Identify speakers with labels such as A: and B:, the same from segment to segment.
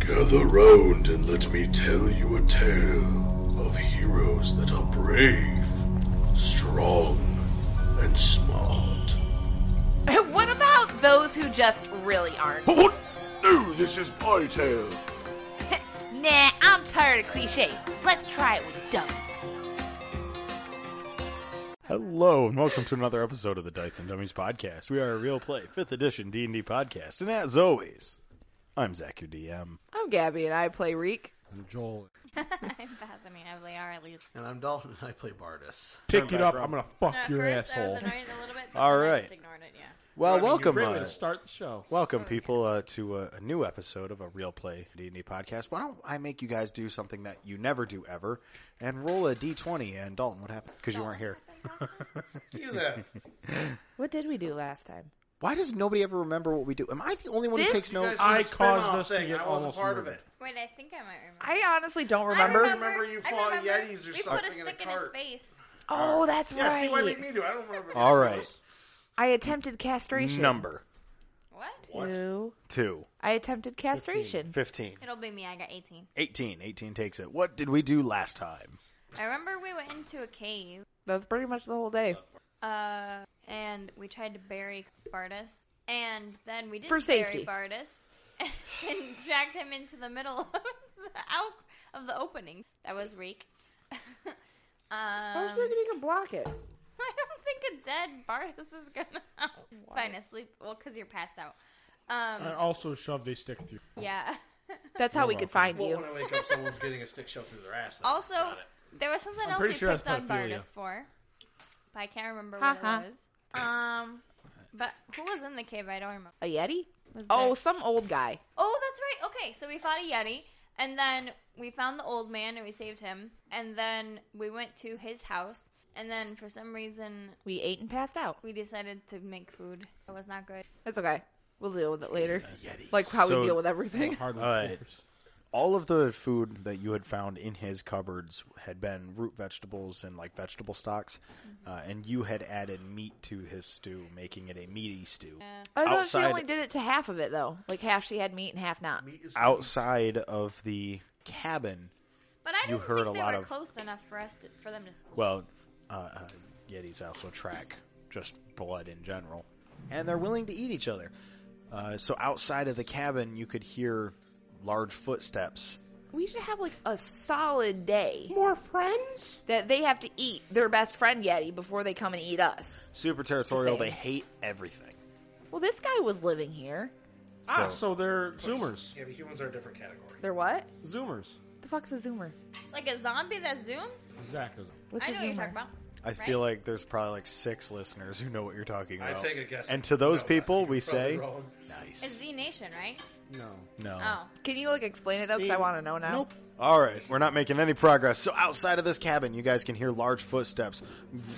A: Gather round and let me tell you a tale of heroes that are brave, strong, and smart.
B: what about those who just really aren't?
A: But what? No, this is my tale.
B: nah, I'm tired of cliches. Let's try it with dummies.
C: Hello and welcome to another episode of the Dice and Dummies podcast. We are a real play fifth edition D and D podcast, and as always, I'm Zach, your DM.
D: I'm Gabby and I play Reek.
E: I'm Joel.
F: I'm Bethany. I'm Liara. At least.
G: And I'm Dalton, and I play Bardus.
E: Pick it up. I'm gonna fuck your
F: I
E: asshole.
F: was annoyed a little bit. but
C: All
F: then I
C: right.
F: just ignored it. Yeah.
C: Well, welcome,
E: Great way
C: uh,
E: to start the show.
C: welcome people uh, to a, a new episode of a real play D and D podcast. Why don't I make you guys do something that you never do ever, and roll a D twenty? And Dalton, what happened? Because you weren't here.
D: What did we do last time?
C: Why does nobody ever remember what we do? Am I the only one
B: This-
C: who takes notes?
E: I caused us to get almost murdered.
F: Wait, I think I might remember.
D: I honestly don't
F: I
D: remember.
F: remember
G: you
F: I
G: fought
F: remember
G: Yetis or
F: we
G: something
F: put a
G: in a
F: stick in,
G: cart.
F: his face.
D: Oh, that's
G: Yeah, see what make
D: right.
G: me do? I don't remember.
C: All right,
D: I attempted castration.
C: number
F: What?
D: Two.
C: two.
D: I attempted castration.
C: 15.
F: It'll be me. I got 18.
C: 18. 18 takes it. What did we do last time?
F: I remember we went into a cave,
D: That's pretty much the whole day.
F: uh, and we tried to bury Bardus, and then we didn't
D: For safety.
F: bury Bardus, and dragged him into the middle of the out of the opening. That was Reek. um,
D: I was thinking you can block it.
F: I don't think a dead Bardus is gonna find a sleep. Well, because you're passed out. Um,
E: I also shoved a stick through.
F: yeah.
D: That's how we could find
G: Well,
D: you.
G: when I wake up, someone's getting a stick shoved through their ass.
F: Also, there was something else we
E: pretty sure
F: picked
E: that's
F: on
E: pedophilia.
F: Bardus for, but I can't remember
D: Ha
F: what it
D: ha.
F: was. Um, but who was in the cave? I don't remember.
D: A yeti?
F: Was
D: Oh,
F: there-
D: some old guy.
F: oh, that's right. Okay, so we fought a yeti, and then we found the old man and we saved him, and then we went to his house, and then for some reason
D: We ate and passed out.
F: we decided to make food. That was not good.
D: That's okay. We'll deal with it later. Like how
C: So-
D: we deal with everything.
E: Hard
C: All right. All of the food that you had found in his cupboards had been root vegetables and like vegetable stocks, uh, and you had added meat to his stew, making it a meaty stew.
D: I thought
C: outside-
D: she only did it to half of it though. Like half she had meat and half not.
C: Outside of the cabin,
F: But I
C: You
F: didn't
C: heard
F: think
C: a
F: they
C: lot
F: were
C: of-
F: close enough for us to, for them to.
C: well, uh, uh, Yetis also track just blood in general, and they're willing to eat each other. Uh, so outside of the cabin, you could hear large footsteps
D: We should have like a solid day.
E: More friends?
D: that they have to eat their best friend Yeti before they come and eat us.
C: super territorial.
D: Same.
C: They hate everything.
D: Well, this guy was living here.
E: Ah, so they're Zoomers.
G: yeah, but humans are a different category.
D: They're what?
E: Zoomers.
D: The fuck's a zoomer?
F: Like a zombie that zooms?
E: Zach doesn't.
D: What's
F: I
D: a
F: know
D: zoomer?
F: what you're talking about.
C: I feel like there's probably like six listeners who know what you're talking
G: I
C: about.
G: take a guess.
C: And to those
G: No,
C: people,
G: you're probably
C: we say,
G: wrong.
F: It's Z Nation, right?
E: No.
C: no.
F: Oh.
D: Can you like explain it though? Because I want to know now.
C: Nope. All right, we're not making any progress. So outside of this cabin, you guys can hear large footsteps,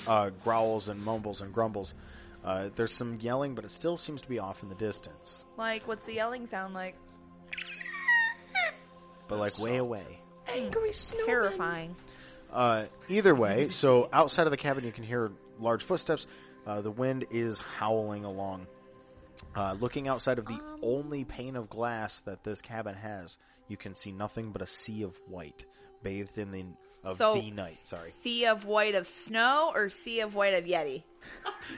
C: uh, growls and mumbles and grumbles. Uh, there's some yelling, but it still seems to be off in the distance,
D: Like, what's the yelling sound like?
C: but like way away.
D: Terrifying.
C: Uh, either way, so outside of the cabin, you can hear large footsteps. Uh, the wind is howling along. Uh, looking outside of the only pane of glass that this cabin has, you can see nothing but a sea of white, bathed in the of
D: So-
C: the night. Sorry,
D: Sea of white of snow or sea of white of Yeti?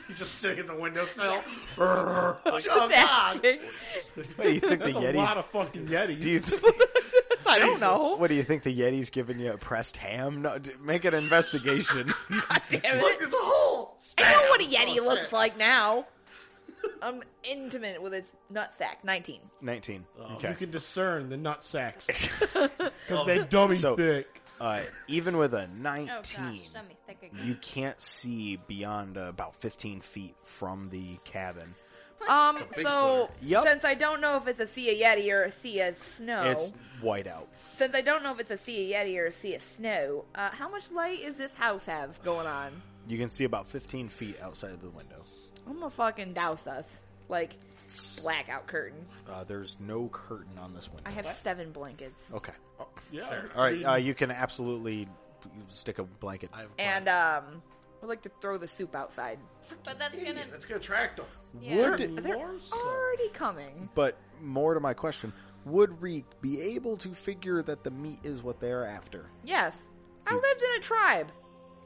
G: He's just sitting at the windowsill.
E: Oh,
G: oh,
D: Just asking.
C: what do you think the
E: That's a lot
C: Yetis?
E: of fucking Yetis.
C: Do you
D: I don't know.
C: what do you think the Yeti's giving you a pressed ham? No, d- make an investigation.
G: Look, there's a hole.
D: I know what a Yeti looks like now. I'm intimate with its nutsack. 19.
C: Nineteen.
E: You
C: okay.
E: can discern the nut sacks because
G: Oh.
E: they dummy
C: So-
E: thick.
C: Uh, even with a
F: Oh
C: nineteen,
F: gosh, dummy thick again.
C: you can't see beyond uh, about 15 feet from the cabin.
D: Um,
G: big
D: so
C: Yup.
D: since I don't know if it's a sea of Yeti or a sea of snow,
C: It's white out.
D: Since I don't know if it's a sea of yeti or a sea of snow, uh, how much light is this house have going on?
C: You can see about 15 feet outside of the window.
D: I'm gonna fucking douse us. Like, blackout curtain.
C: Uh, there's no curtain on this window.
D: I have seven blankets.
C: Okay.
E: Yeah.
C: All right. Uh, you can absolutely stick a blanket.
D: And, um, I'd like to throw the soup outside.
F: But that's gonna.
G: That's gonna attract them.
F: Yeah.
C: Would-
D: They're already coming.
C: but more to my question, would Reek be able to figure that the meat is what they are after?
D: Yes. I
E: Hmm.
D: lived in a tribe.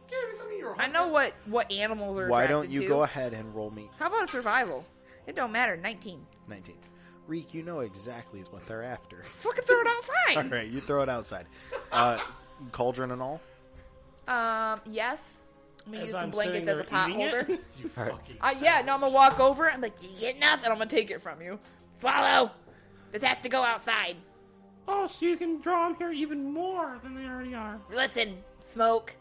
G: Give me your
D: I know what, what animals are
C: Why
D: attracted
C: don't you
D: to.
C: go ahead and roll me
D: How about survival? It don't matter. 19.
C: 19? Reek, you know exactly what they're after.
D: Fucking throw it
C: all
D: outside.
C: right, you throw it outside. Uh, cauldron and all?
D: Um, yes. I'm gonna
E: As
D: use some
E: I'm
D: blankets
E: sitting
D: as
E: there
D: a pot
E: eating
D: holder.
E: it?
G: You fucking.
D: Uh, yeah, no, I'm gonna walk over. I'm like, you get enough, and I'm gonna take it from you. Follow. This has to go outside.
E: Oh, so you can draw them here even more than they already are.
D: Listen, smoke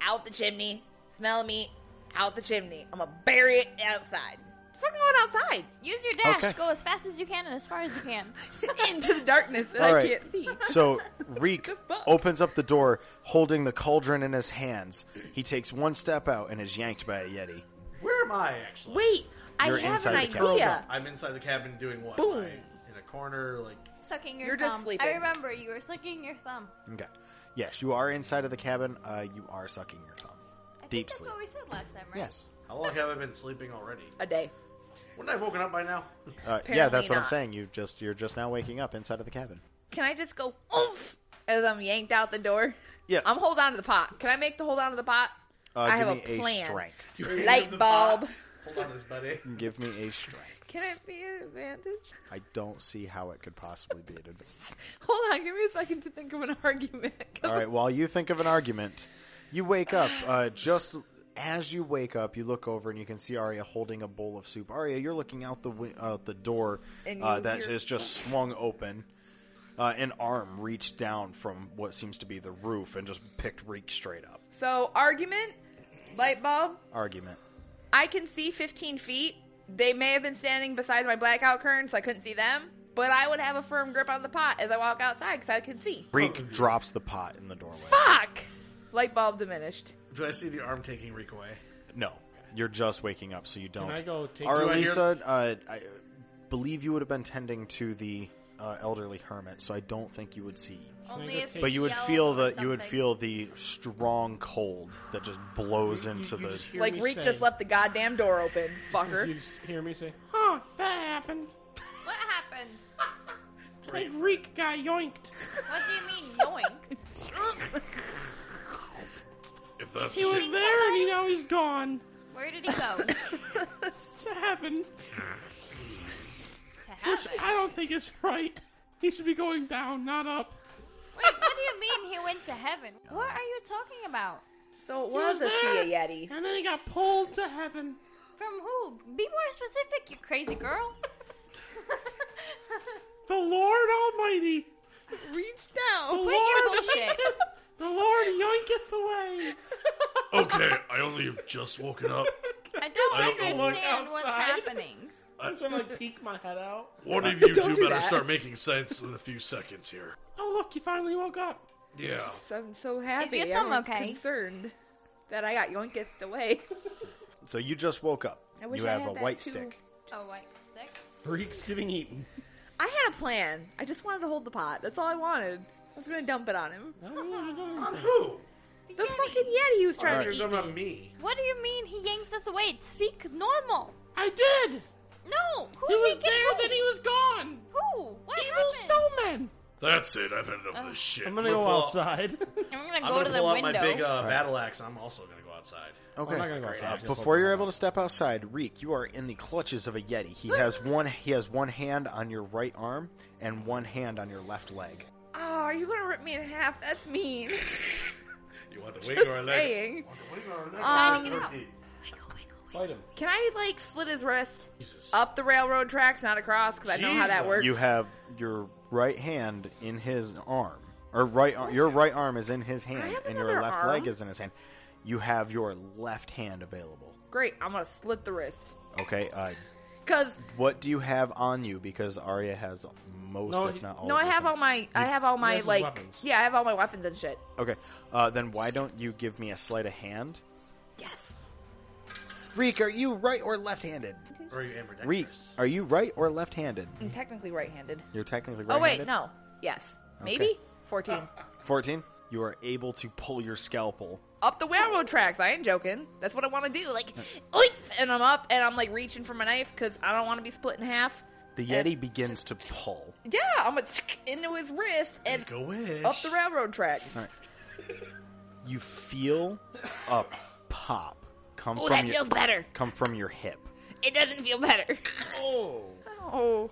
D: out the chimney. Smell meat out the chimney. I'm gonna bury it outside. Fucking going outside
F: Use your dash.
C: Okay.
F: Go as fast as you can and as far as you can.
D: into the darkness that
C: All
D: I
C: right.
D: can't see.
C: So Reek
D: fuck?
C: opens up the door, holding the cauldron in his hands. He takes one step out and is yanked by a yeti.
G: Where am I actually?
D: Wait,
C: You're
D: I have an
C: inside the cabin.
D: idea.
G: I'm inside the cabin doing what?
D: Boom.
G: Am I in a corner, like
F: Sucking your
D: You're
F: thumb.
D: just sleeping.
F: I remember you were sucking your thumb.
C: Okay. Yes, you are inside of the cabin. Uh, you are sucking your thumb.
F: I
C: Deep
F: think that's
C: sleep.
F: what we said last time, right?
C: Yes.
G: how long have I been sleeping already?
D: A day.
G: Wouldn't I have woken up by now?
C: Uh, yeah, that's
D: Apparently
C: what I'm
D: not.
C: saying. You just you're just now waking up inside of the cabin.
D: Can I just go oomph as I'm yanked out the door?
C: Yeah.
D: I'm hold on to the pot. Can I make the hold on to the pot?
C: Uh,
D: I
C: give
D: have
C: me
D: a plan.
C: strength.
D: Light bulb.
G: Hold on to this, buddy.
C: Give me a strength.
D: Can it be an advantage?
C: I don't see how it could possibly be an advantage.
D: Hold on, give me a second to think of an argument.
C: All right. While you think of an argument, you wake up. Uh, just as you wake up, you look over and you can see Arya holding a bowl of soup. Arya, you're looking out the wi- out the door
D: And
C: uh,
D: you
C: that
D: hear-
C: is just swung open. Uh, an arm reached down from what seems to be the roof and just picked Reek straight up.
D: So, argument, light bulb.
C: Argument.
D: I can see 15 feet. They may have been standing beside my blackout curtain, so I couldn't see them. But I would have a firm grip on the pot as I walk outside because I can see.
E: Oh,
C: Reek drops the pot in the doorway.
D: Fuck! Light bulb diminished.
G: Do I see the arm taking Reek away?
C: No, you're just waking up, so you don't.
E: I go take-
C: Our
E: do I hear-
C: Lisa, uh, I believe you would have been tending to the uh, elderly hermit, so I don't think you would see.
F: Only if
C: But you would
F: yelled
C: feel
F: or
C: the you would
F: something.
C: feel the strong cold that just blows into
E: you
C: the.
E: just hear
D: Like,
E: me
D: Reek
E: say-
D: just left the goddamn door open,
E: You
D: fucker.
E: just hear me say, "Huh, that happened."
F: What happened?
E: Like Reek got yoinked.
F: What do you mean yoinked?
A: If that's
E: He was there, and you know he's gone
F: Where did he go?
E: to heaven.
F: to heaven.
E: I don't think it's right. He should be going down, not up.
F: Wait, what do you mean he went to heaven? What are you talking about?
D: So it
E: He
D: was a
E: there,
D: sea yeti.
E: and then he got pulled to heaven.
F: From who? Be more specific, you crazy girl.
E: The Lord Almighty,
D: Reached
E: the
D: down.
F: Quit your
E: Lord,
F: bullshit.
E: the Lord yoinketh away.
A: okay, I only have just woken up.
F: I don't
A: I don't
E: look
F: understand what's
E: outside.
F: happening.
E: I'm trying to like peek my head out.
A: One of you
D: Don't
A: two
D: do
A: better
D: that.
A: start making sense in a few seconds here.
E: Oh look, you finally woke up.
A: Yeah.
D: I'm so happy.
F: your thumb
D: I'm
F: okay?
D: concerned that I got yoinked away.
C: So you just woke up.
D: I wish
C: you
D: I
C: have
D: had
C: a
D: that
C: white
D: too.
C: stick.
F: A white Oh, stick.
E: Reek's getting eaten.
D: I had a plan. I just wanted to hold the pot. That's all I wanted. I was gonna dump it on him.
G: On who?
D: The fucking yeti who's trying to
G: You're
D: eat
G: talking about me.
F: What do you mean he yanked us away? Speak normal.
E: I did.
F: No. Who
E: He was
F: yanked
E: there,
F: who?
E: then he was gone.
F: Who? What
E: Evil
F: happened?
E: snowman.
A: That's it. I've had enough of this shit.
E: I'm gonna
G: gonna
E: go
G: pull out-
E: outside.
F: I'm gonna
G: I'm
F: go
G: gonna
F: to the
G: pull out
F: window.
G: my big uh, battle axe. and I'm also gonna go outside.
C: Okay.
E: I'm not gonna go outside. just
C: Before
E: look
C: you're
E: around.
C: able to step outside, Reek, you are in the clutches of a yeti. He has one. He has one hand on your right arm and one hand on your left leg.
D: Oh, are you gonna rip me in half? That's mean.
G: You want the wing or a leg?
D: Saying.
G: Want the wing or a leg?
D: Um,
G: Turkey.
F: Wiggle, wiggle, wiggle.
E: fight him.
D: Can I like slit his wrist
G: Jesus.
D: up the railroad tracks, not across? Because I know how that
G: Jesus.
D: works.
C: You have your right hand in his arm, or right ar- your right arm is in his hand,
D: have
C: and your
D: another
C: left
D: arm.
C: leg is in his hand. You have your left hand available.
D: Great. I'm gonna slit the wrist.
C: Okay, uh,
D: Cause
C: what do you have on you? Because Arya has most,
E: No,
C: if
E: he-
C: not all.
D: no,
C: of
D: I
C: your
D: have all
C: things.
D: my, I have all my
E: has his
D: like,
E: weapons.
D: yeah, I have all my weapons and shit.
C: Okay, uh, then why don't you give me a sleight of hand?
D: Yes.
C: Reek, are you right or left-handed?
G: Or are you ambidextrous?
C: Reek, are you right or left-handed?
D: I'm technically right-handed.
C: You're technically
D: Oh wait,
C: right-handed.
D: no. Yes. Maybe
C: Okay.
D: fourteen.
C: Fourteen. You are able to pull your scalpel.
D: up the railroad tracks. I ain't joking. That's Uh. what I want to do. Like, oink, and I'm up, and I'm like reaching for my knife because I don't want to be split in half.
C: The Yeti begins to pull.
D: Yeah, I'm gonna into his wrist and
G: Make a wish.
D: up the railroad tracks.
C: You feel a pop come
B: Oh,
C: from
B: that
C: your
B: feels better.
C: come from your hip.
B: It doesn't feel better.
D: Oh,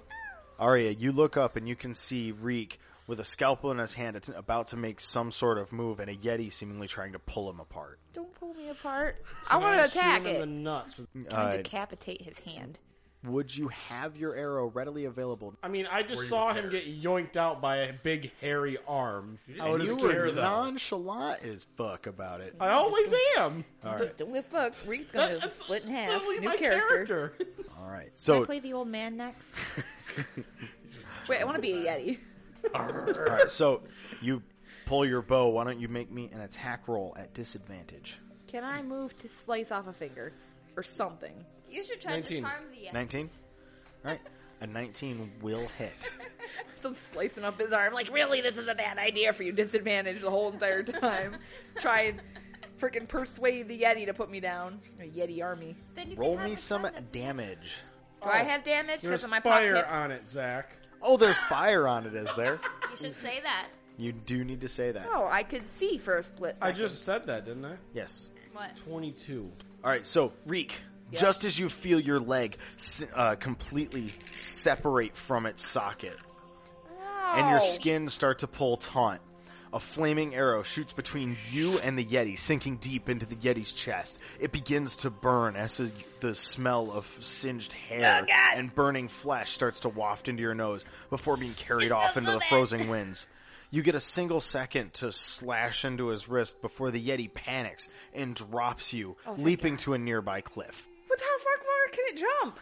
C: Arya, you look up and you can see Reek with a scalpel in his hand. It's about to make some sort of move, and a Yeti seemingly trying to pull him apart.
D: don't pull me apart. I want to attack
E: Shoot him in
D: it.
E: the nuts. with-
C: Uh,
D: decapitate his hand.
C: would you have your arrow readily available?
E: I mean, I just saw him get yonked out by a big hairy arm. I,
G: What is
E: was
C: You
E: just-
C: were
G: care, though?
C: nonchalant as fuck about it.
E: I always am.
D: Just don't give a fuck. Reek's gonna
E: That's
D: split in half.
E: literally
D: New
E: Uh, my
D: character.
E: character.
C: All right, so
D: Play the old man next. Wait, I want to be a yeti.
C: all right, so you pull your bow. Why don't you make me an attack roll at disadvantage?
D: Can I move to slice off a finger or something?
F: You should try
E: 19.
F: to charm the yeti.
C: Nineteen. All right, a nineteen will hit.
D: Some slicing up his arm. Like, really, this is a bad idea for you. Disadvantage the whole entire time. Try and freaking persuade the yeti to put me down. A yeti army.
F: Then you can
C: Roll
F: have
C: me
F: a
C: some
F: friend that's-
C: damage.
D: Do I have damage because
E: There's
D: of my
E: fire
D: pocket?
E: on it, Zach.
C: Oh, there's fire on it, is there?
F: You should say that.
C: You do need to say that.
D: Oh, I could see for a split.
E: I
D: second.
E: just said that, didn't I?
C: Yes.
F: What?
E: Twenty-two.
C: All right, so Reek, just as you feel your leg s- uh, completely separate from its socket and your
D: Ow.
C: skin start to pull taut, a flaming arrow shoots between you and the Yeti, sinking deep into the Yeti's chest. It begins to burn as the- the smell of singed
D: Oh,
C: hair and burning flesh starts to waft into your nose before being carried off into the frozen winds. You get a single second to slash into his wrist before the Yeti panics and drops you,
D: Oh,
C: leaping to a nearby cliff.
D: What the fuck more can it jump?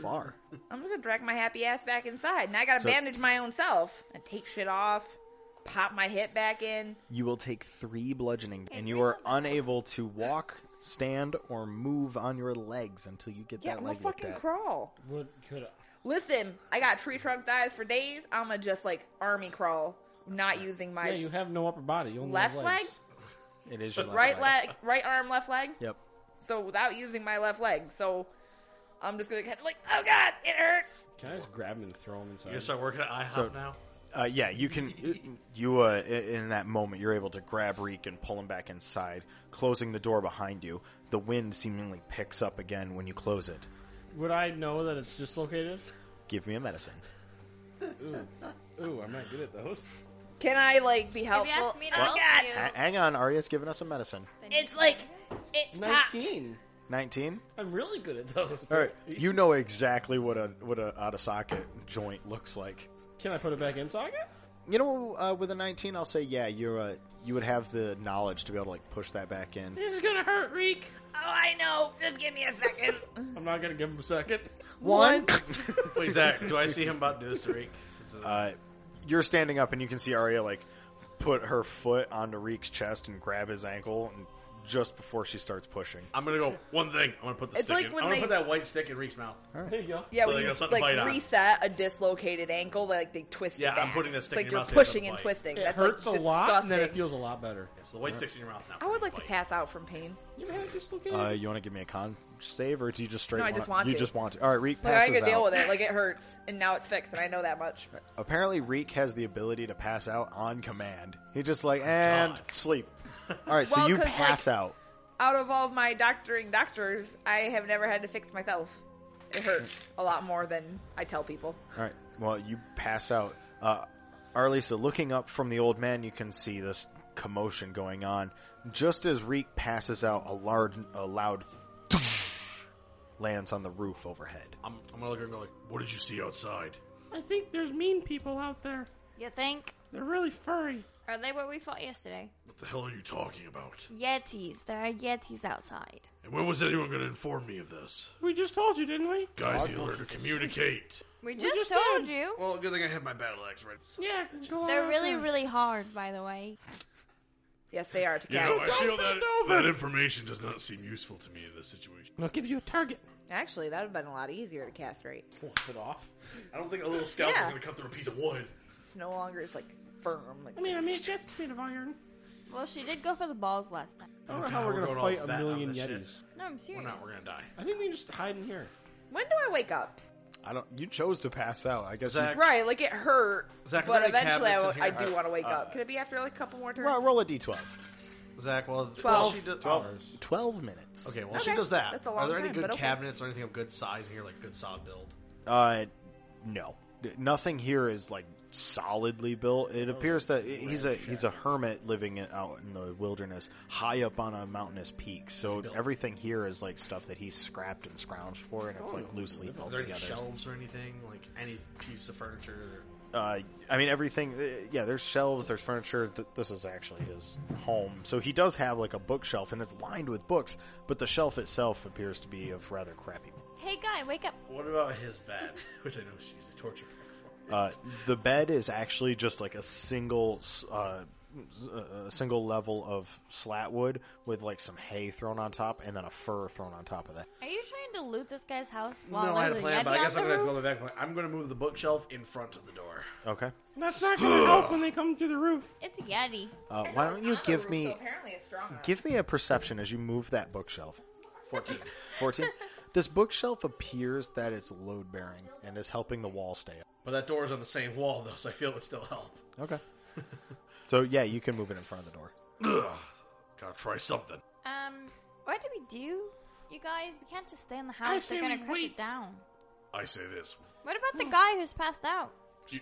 C: Far.
D: I'm gonna drag my happy ass back inside, and I gotta bandage my own self and take shit off, pop my hip back in.
C: You will take three bludgeoning, and you are unable to walk, stand, or move on your legs until you get
D: Yeah,
C: that
D: I'm gonna
C: leg looked
D: fucking
C: at.
D: crawl.
E: What could
D: Listen, I got tree trunk thighs for days. I'm gonna just like army crawl, not using
E: I?
D: my
E: Yeah, you have no upper body. You only
D: left
E: have
D: leg,
E: legs.
C: It is your left
D: right leg, right arm, left leg.
C: Yep.
D: So without using my left leg, so I'm just gonna kind of like, oh god, it hurts.
E: Can I just grab him and throw him inside?
G: You're gonna start working at IHOP now.
C: Uh, yeah, you can. You uh, i- in that moment, you're able to grab Reek and pull him back inside, closing the door behind you. The wind seemingly picks up again when you close it.
E: Would I know that it's dislocated?
C: Give me a medicine.
E: Ooh, I'm not good at those.
D: Can I like be
F: If
D: helpful?
F: you ask me to
D: oh
F: help
D: god,
F: you,
C: Ha- hang on, Arya's giving us a medicine.
F: then you
B: it's like it's popped.
E: Nineteen.
C: Nineteen.
E: I'm really good at those.
C: All right, you know exactly what a what a out of socket joint looks like.
E: Can I put it back in socket?
C: You know, uh, with a 19, I'll say, yeah, you're uh, you would have the knowledge to be able to like push that back in.
E: This is gonna hurt, Reek.
B: Oh, I know. Just give me a second.
E: I'm not gonna give him a second.
C: One.
G: Wait, Zach, do I see him about to do this to Reek?
C: uh, you're standing up, and you can see Arya like put her foot onto Reek's chest and grab his ankle, and just before she starts pushing,
G: I'm gonna go one thing. I'm gonna put the
D: It's
G: stick.
D: like
G: in.
D: when
G: I'm gonna
D: they-
G: put that white stick in Reek's mouth.
E: There you go.
D: Yeah,
G: So
D: when
G: they
D: you
G: got something to
D: like
G: bite on.
D: reset a dislocated ankle, like they twist.
G: Yeah,
D: it
G: I'm
D: back.
G: putting this
D: It's
G: thing
D: like
G: in
D: you're
G: your mouth so it
D: pushing
G: doesn't
D: and
G: bite.
D: twisting.
E: It
D: That's
E: hurts
D: like
E: a lot, and then it
D: disgusting.
E: feels a lot better.
G: So the white stick's in your mouth now.
D: I would like to pass out from pain.
E: You ever had it dislocated?
C: uh, you want to give me a con save, or do you just straight?
D: No, I
C: wanna-
D: just want
C: you
D: to.
C: just want to. All right, Reek
D: Like I
C: passes
D: can deal
C: out.
D: with it. Like it hurts, and now it's fixed, and I know that much.
C: Apparently, Reek has the ability to pass out on command. He just like and
G: God.
C: sleep. All right, so
D: Well,
C: you
D: 'cause,
C: pass
D: like-
C: out.
D: Out of all of my doctoring doctors, I have never had to fix myself. It hurts a lot more than I tell people.
C: All right. Well, you pass out. Uh, Arlisa, looking up from the old man, you can see this commotion going on. Just as Reek passes out, a large, a loud lands on the roof overhead.
G: I'm, I'm gonna look at him and go like, "What did you see outside?"
E: I think there's mean people out there.
F: You think?
E: They're really furry.
F: Are they what we fought yesterday?
G: What the hell are you talking about?
F: Yetis. There are yetis outside.
G: And when was anyone gonna inform me of this?
E: We just told you, didn't we?
G: Guys need to learn to communicate.
F: We just,
E: just
F: told
E: did.
F: you.
G: Well, good thing I have my battle axe right.
E: Yeah, go
F: They're really, really hard, by the way.
D: Yes, they are to
G: You
D: count.
G: know, I feel that
E: bend over.
G: that information does not seem useful to me in this situation.
E: I'll give you a target.
D: Actually, that would have been a lot easier to castrate.
E: Flip it off.
G: I don't think a little scalpel's
D: Yeah.
G: gonna cut through a piece of wood.
D: It's no longer it's like firm. Like
E: I mean, I mean, yes, it's made of iron.
F: Well, she did go for the balls last time.
E: I don't know
G: Oh,
E: how
G: God,
E: we're
G: we're
E: gonna
G: going all
E: fight a
G: fat on
E: million
G: this
E: yetis.
F: No, I'm serious.
G: We're not. We're gonna die.
E: I think we can just hide in here.
D: when do I wake up?
C: I don't. You chose to pass out. I guess. you-
H: Zach,
D: Right, like it hurt,
H: Zach, are
D: but
H: there any
D: eventually I,
H: cabinets
D: will-
H: in
D: I
H: here?
D: do
H: I-
D: want to wake
H: uh,
D: up. Could it be after like a couple more turns?
C: Well, roll a d12.
H: Zach, while, while
D: Twelve.
H: she does,
G: Oh.
E: Hours.
C: Twelve minutes.
H: Okay, well, she
D: Okay,
H: does that.
D: that's a long
H: Are there any
D: time,
H: good
D: but okay.
H: cabinets or anything of good size in here, like good solid build?
C: Uh, no, D- nothing here is like solidly built. It appears that i- he's a he's a hermit living i- out in the wilderness, high up on a mountainous peak. So everything here is like stuff that he scrapped and scrounged for, and it's like loosely
H: Are
C: held
H: Oh, there any
C: together.
H: shelves or anything? Like any piece of furniture?
C: uh, I mean, everything. uh, Yeah, there's shelves, there's furniture. Th- this is actually his home, so he does have like a bookshelf, and it's lined with books. But the shelf itself appears to be of rather crappy.
F: Hey, guy, wake up.
H: What about his bed? Which I know she's a torture.
C: Uh, the bed is actually just like a single, s- uh, s- uh, a single level of slat wood with like some hay thrown on top, and then a fur thrown on top of that.
F: Are you trying to loot this guy's house
H: No,
F: while
H: I had
F: there's a
H: a plan, but I
F: Yeti
H: guess I'm
F: on
H: gonna
F: the
H: have
F: roof?
H: to go to the back. plan. I'm gonna move the bookshelf in front of the door.
C: Okay,
E: That's not going to help when they come to the roof.
F: It's a Yeti.
C: uh, why don't you give me
D: apparently it's strong. enough.
C: give me a perception as you move that bookshelf? Fourteen. Fourteen. This bookshelf appears that it's load bearing and is helping the wall stay up.
H: But that door is on the same wall though, so I feel it would still help.
C: Okay. so yeah, you can move it in front of the door.
G: Ugh. Gotta try something.
F: Um, what do we do? You guys, we can't just stay in the
E: I
F: house. They're
E: say
F: gonna
E: we
F: crush
E: wait.
F: it down.
G: I say this.
F: What about
H: Hmm.
F: the guy who's passed out?
G: You,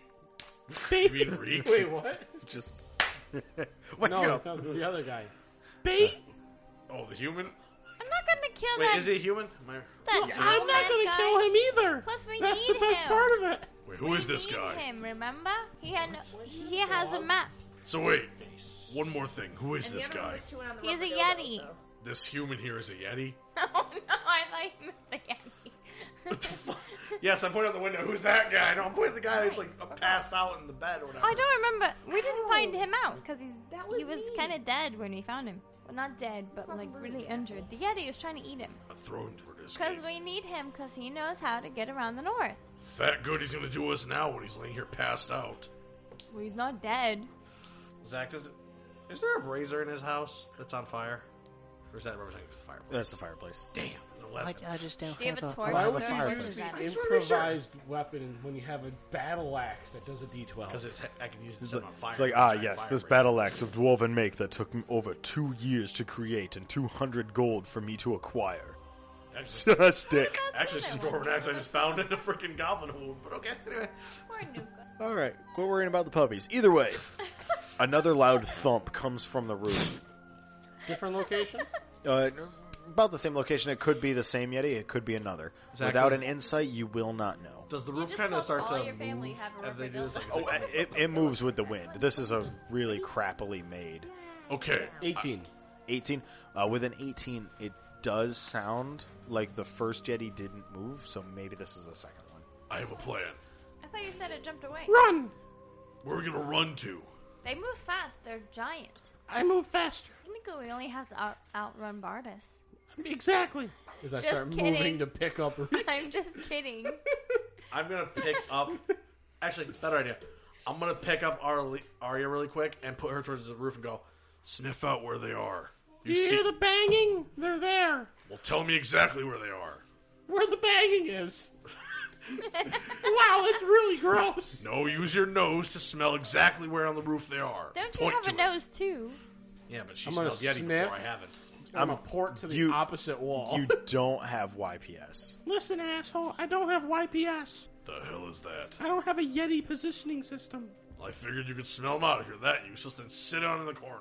G: you mean Reek?
E: Wait, what?
G: Just
C: Wake
E: No, no, the other guy.
G: oh, the human.
F: I'm not gonna kill
H: Wait,
F: that.
H: is he human? Am I...
F: that
E: I'm not
F: going
E: going
F: to
E: to kill him either.
F: Plus, we
E: That's
F: need
E: the best
F: him.
E: part of it.
G: Wait, who is this guy?
F: Him, remember? He had no, he has a map.
G: So wait, one more thing. Who is this
D: The other one
G: guy?
D: was chewing on the
F: He's a
D: rubber dildo,
F: Yeti.
D: so-
G: This human here is a yeti.
F: Oh no, I like him as a Yeti.
H: What the fuck? Yes, I point out the window. Who's that guy? No, I'm pointing at the guy that's like uh, passed out in the bed or whatever.
F: I don't remember. We didn't find him out because he's
D: That was
F: he was
D: me.
F: kind of dead when we found him. Well, not dead, but like really injured. The Yeti was trying to eat him
G: I throw him for this.
F: because we need him because he knows how to get around the north.
G: Fat Goody's gonna do us now when he's laying here passed out.
F: Well, he's not dead.
H: Zach, does it, is there a razor in his house that's on fire? Or is that representing the fireplace?
C: That's the fireplace.
H: Damn, it's a weapon.
F: Do you have a torch?
E: Why
C: have
E: would
C: a
E: you
C: fireplace.
E: use an
F: Is
E: improvised weapon when you have a battle axe that does a D12?
H: Because it's I can use it to
C: It's
H: set
C: like,
H: on fire.
C: it's like,
H: with a
C: ah,
H: giant
C: yes,
H: fire
C: this
H: break."
C: battle axe of dwarven make that took me over two years to create and 200 gold for me to acquire.
H: Actually,
C: Stick.
H: actually it's just a dwarven axe I just found in a freaking goblin hole. But okay, anyway.
F: Or Nuka.
C: All right, quit worrying about the puppies. Either way, another loud thump comes from the roof.
E: Different location?
C: Uh, about the same location. It could be the same Yeti. It could be another.
H: Zach,
C: Without
H: does-
C: an insight, you will not know.
H: Does the
F: You
H: roof
F: just
H: kind of
F: told
H: start
F: all
H: to
F: your family
H: move?
F: have a
H: Have they do
F: rubber
H: this? Like,
C: Oh, it, it moves with the wind. This is a really crappily made.
G: Oh, Okay,
E: 18.
C: 18 uh, with an 18 it does sound like the first jedi didn't move so maybe this is the second one
G: I have a plan.
F: I thought you said it jumped away.
E: Run!
G: Where are we gonna run to?
F: They move fast. They're giant.
E: I move faster.
F: Nico, we only have to out- outrun Bardus.
E: Exactly. As I
F: Just
E: start
F: kidding.
E: moving to pick up.
F: I'm just kidding.
H: I'm gonna pick up. Actually, better idea. I'm gonna pick up Arle- Arya really quick and put her towards the roof and go.
G: Sniff out where they are.
E: You
G: You
E: hear
G: see?
E: the banging? They're there.
G: Well, tell me exactly where they are.
E: Where the banging is. wow, that's really gross.
G: No, use your nose to smell exactly where on the roof they are.
F: Don't you
G: Point
F: have
G: to
F: a
G: it.
F: nose too?
H: Yeah, but she
E: I'm gonna
H: smells Yeti
E: sniff.
H: before I haven't.
E: I'm a port to the
C: You-
E: opposite wall.
C: you don't have yps
E: Listen, asshole, I don't have YPS.
G: The hell is that?
E: I don't have a Yeti positioning system.
G: I figured you could smell them out if you're that useless. Then sit down in the corner.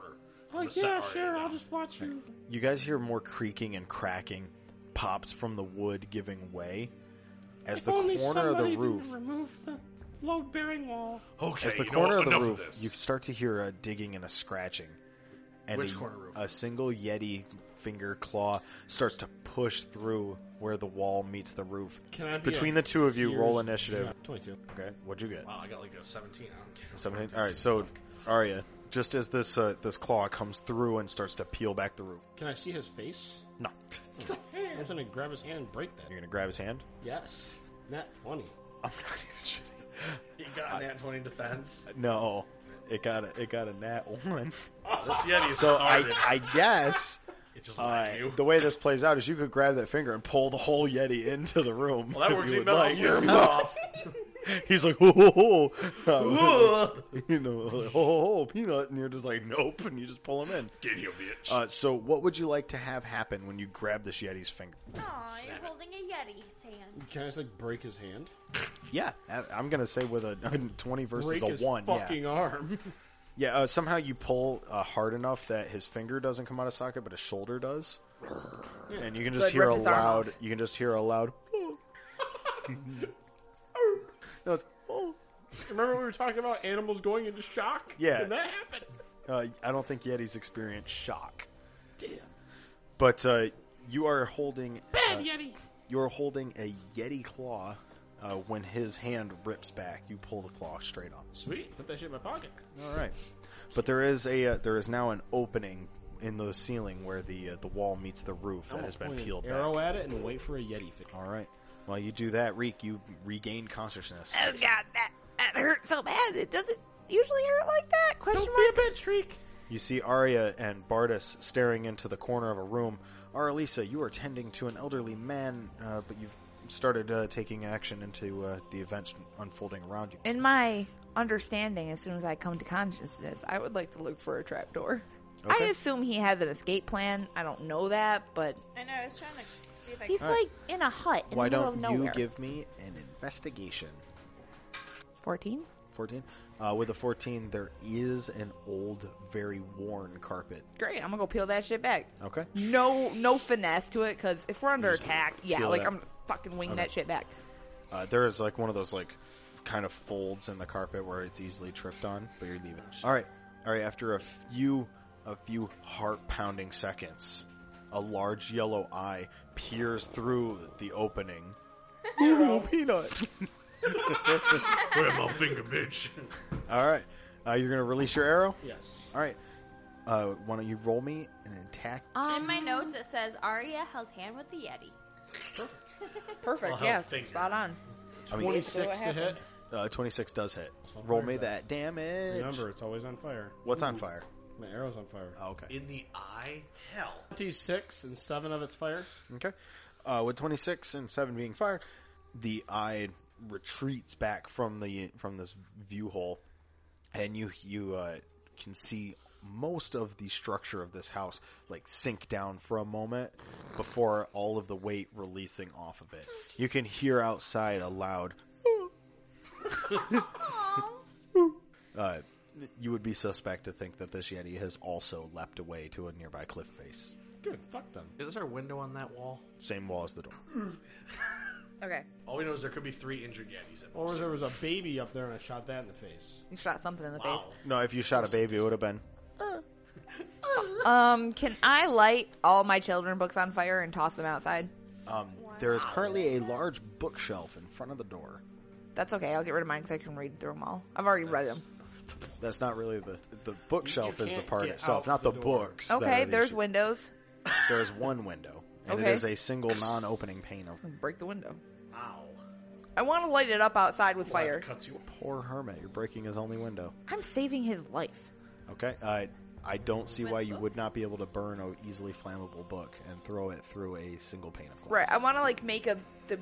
G: I'm
E: Like,
G: gonna set
E: yeah,
G: Arya
E: sure,
G: down.
E: I'll just watch you.
C: you guys hear more creaking and cracking pops from the wood giving way as
E: If
C: the
E: only
C: corner of
E: somebody
C: the roof
E: didn't remove the load bearing wall.
G: Okay,
C: as the
G: you know
C: corner
G: what?
C: of the
G: Enough
C: roof
G: this.
C: you start to hear a digging and a scratching and
H: Which
C: a,
H: corner roof?
C: a single yeti finger claw starts to push through where the wall meets the roof
E: Can I be
C: between
E: a
C: the two of you roll
E: here's-
C: initiative
E: Yeah, 22.
C: okay what'd you get
H: Wow, I got like a 17. I don't care.
C: 17. All right, so Arya, just as this uh, this claw comes through and starts to peel back the roof,
E: Can I see his face?
C: no,
E: I'm just gonna grab his hand and break that.
C: you're gonna grab his hand.
E: Yes. Not 20.
C: I'm not even shitting.
H: He got an at 20 defense.
C: No, it got a, it got a nat one.
H: This Yeti is
C: So I
H: retarded.
C: I guess
H: just
C: Uh,
H: like you.
C: the way this plays out is you could grab that finger and pull the whole Yeti into the room.
H: Well, that
C: if
H: works
C: you
H: even
C: would
H: better.
C: like.
H: I'll whisk that off.
C: He's like, ho ho ho, Um, you know, like, ho ho ho, peanut, and you're just like, nope, and you just pull him in.
G: Get here, bitch.
C: Uh, so, what would you like to have happen when you grab this Yeti's finger?
F: Aw, you're holding a Yeti's hand.
E: Can I just like break his hand?
C: Yeah, I- I'm gonna say with a 20 versus
E: Break his
C: a one.
E: fucking
C: Yeah,
E: arm.
C: yeah. Uh, somehow you pull uh, hard enough that his finger doesn't come out of socket, but his shoulder does, and you can just
D: Like,
C: hear
D: rip
C: a
D: his arm
C: loud.
D: off.
C: You can just hear a loud. no, it's. "Oh."
E: Remember we were talking about animals going into shock?
C: Yeah.
E: And that happened.
C: Uh, I don't think Yetis experience shock. Damn. But uh, you are holding bad Yeti. You are holding a Yeti claw. Uh, when his hand rips back, you pull the claw straight up.
E: Sweet. Put that shit in my pocket.
C: All right, but there is a uh, there is now an opening in the ceiling where the uh, the wall meets the roof that
E: I'll
C: has been
E: Oh, point an
C: peeled back.
E: arrow at it and wait for a Yeti fit.
C: All right. While you do that, Reek, you regain consciousness.
B: Oh god, that that hurt so bad. It doesn't usually hurt like that. Question
E: Don't be a
B: mark.
E: bitch, Reek.
C: You see Arya and Bardas staring into the corner of a room. Aralisa, you are tending to an elderly man, uh, but you've started uh, taking action into uh, the events unfolding around you.
D: In my understanding, as soon as I come to consciousness, I would like to look for a trapdoor. I
C: Okay.
D: assume he has an escape plan. I don't know that, but
F: I know. I was trying to see if I
D: he's
F: could.
D: like in a hut in
C: Why
D: the middle
C: don't
D: of nowhere.
C: you give me an investigation?
D: 14?
C: 14? Uh, with a 14, there is an old, very worn carpet.
D: Great, I'm gonna go peel that shit back.
C: Okay.
D: No, no finesse to it, because if we're under attack, yeah,
C: peel
D: like
C: that.
D: I'm gonna fucking wing that shit back.
C: Uh, there is like one of those like kind of folds in the carpet where it's easily tripped on, but you're leaving. All right, all right. After a few, a few heart pounding seconds, a large yellow eye peers through the opening. Ooh, peanut!
G: Where my finger, bitch?
C: all right, uh, you're gonna release your arrow.
E: Yes.
C: All right. Uh, why don't you roll me an attack?
F: In my notes, it says Arya held hand with the Yeti.
D: Perfect,
H: I'll
D: yeah,
H: figure.
D: spot on.
C: I mean,
E: 26 to hit.
D: happened.
C: uh, twenty-six does hit.
E: So
C: Roll
E: fire's
C: me
E: out.
C: that damage.
E: Remember, it's always on fire.
C: What's on fire?
E: My arrow's on fire.
C: Oh, okay.
H: In the eye? Hell.
E: 26 and 7 of its fire.
C: Okay. Uh, with 26 and 7 being fire, the eye retreats back from the from this view hole and you you uh, can see most of the structure of this house like sink down for a moment before all of the weight releasing off of it. You can hear outside a loud uh, you would be suspect to think that this yeti has also leapt away to a nearby cliff face.
E: Good. Fuck them.
H: Is there a window on that wall?
C: Same wall as the door.
D: Okay,
H: All we know is there could be three injured Yetis. At
E: Or
H: most.
E: there was a baby up there and I shot that in the face.
D: you shot something in the
H: Wow.
D: face.
C: No, if you shot a baby, it would have been
D: Um, can I light all my children books on fire and toss them outside?
C: Um, There is currently a large bookshelf in front of the door.
D: That's okay. I'll get rid of mine because I can read through them all. I've already read them.
C: That's not really the the bookshelf
E: You
C: is the
E: can't
C: part
E: get
C: itself,
E: out
C: not the,
E: the door.
C: books. that
D: Okay,
C: are the
D: there's
C: issue.
D: windows.
C: there is one window, and
D: Okay.
C: it is a single non-opening pane. Of
D: Break the window.
H: Ow.
D: I want to light it up outside with fire.
H: Fire. Cuts you apart.
C: poor hermit, you're breaking his only window.
D: I'm saving his life.
C: Okay, I I don't see why you would not be able to burn a easily flammable book and throw it through a single pane of
D: Right.
C: glass.
D: I want to like make a the,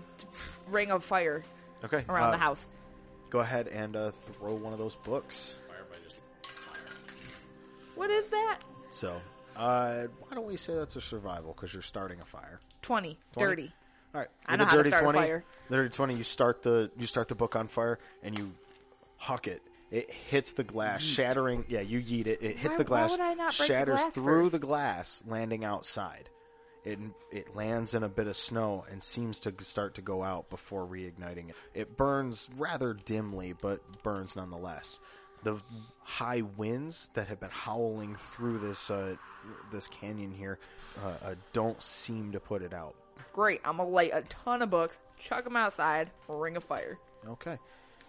D: ring of fire
C: Okay,
D: around
C: uh,
D: the house.
C: Go ahead and uh, throw one of those books.
D: What is that?
C: So, uh, why don't we say that's a survival because you're starting a fire.
D: 20.
C: 20?
D: Dirty.
C: All right.
D: I
C: with
D: know
C: a
D: how to
C: dirty
D: start a
C: 20,
D: fire.
C: the Dirty twenty. You start the you start the book on fire and you huck it. It hits the glass, shattering. Yeah, you yeet it. It hits
D: Why-
C: the
D: why
C: glass,
D: would I not break the
C: shatters
D: glass
C: through
D: first?
C: the glass, landing outside. It it lands in a bit of snow and seems to start to go out before reigniting it. It burns rather dimly, but burns nonetheless. The high winds that have been howling through this uh, this canyon here uh, uh, don't seem to put it out.
D: Great. I'm going to light a ton of books, chuck them outside, ring of fire.
C: Okay.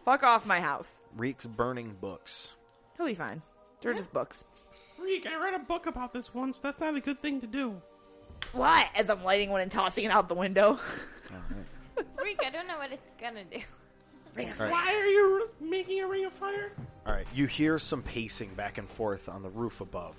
D: Fuck off my house.
C: reeks burning books.
D: He'll be fine. They're just books.
I: Reek, I read a book about this once. That's not a good thing to do.
D: What? As I'm lighting one and tossing it out the window.
F: Reek, I don't know what it's gonna do.
I: Why are you r- making a ring of fire?
C: All right, you hear some pacing back and forth on the roof above.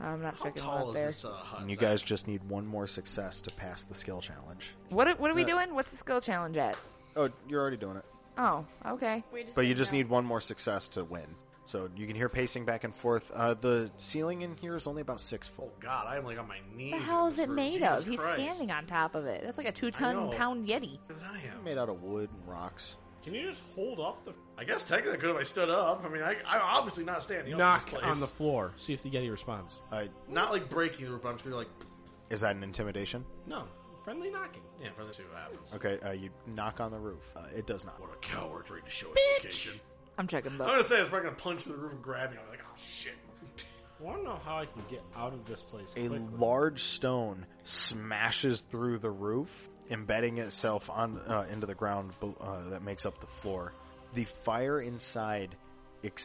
D: I'm not
H: How
D: checking one
H: tall
D: up
H: is
D: there.
H: this uh, hut?
C: And you
H: Zach?
C: guys just need one more success to pass the skill challenge.
D: What what are we doing? What's the skill challenge at?
C: Oh, you're already doing it.
D: Oh, okay.
F: We just
C: But you
F: didn't
C: just
F: know.
C: need one more success to win. So you can hear pacing back and forth. Uh, the ceiling in here is only about six
H: Oh
C: foot.
H: God, I am like on my knees.
D: What the hell is it made of? He's
H: on.
D: standing on top of it. That's like a two
H: know.
D: ton pound Yeti.
H: than I am.
C: Made out of wood and rocks.
H: Can you just hold up the? I guess technically I could if I stood up. I mean, I, I'm obviously not standing up. in
I: Knock
H: this place.
I: on the floor. See if the Yeti responds.
C: Uh,
H: Not like breaking the roof, but I'm just gonna be like,
C: is that an intimidation?
I: No. Friendly knocking.
H: yeah, for let's see what happens.
C: Okay, uh, you knock on the roof. Uh, it does not.
G: What a coward trying to show his location.
D: I'm checking
H: I'm gonna
D: both.
H: say it's probably gonna punch through the roof and grab me. I'm like, oh shit.
I: I want to know how I can get out of this place.
C: A
I: quickly.
C: large stone smashes through the roof, embedding itself on uh, into the ground be- uh, that makes up the floor. The fire inside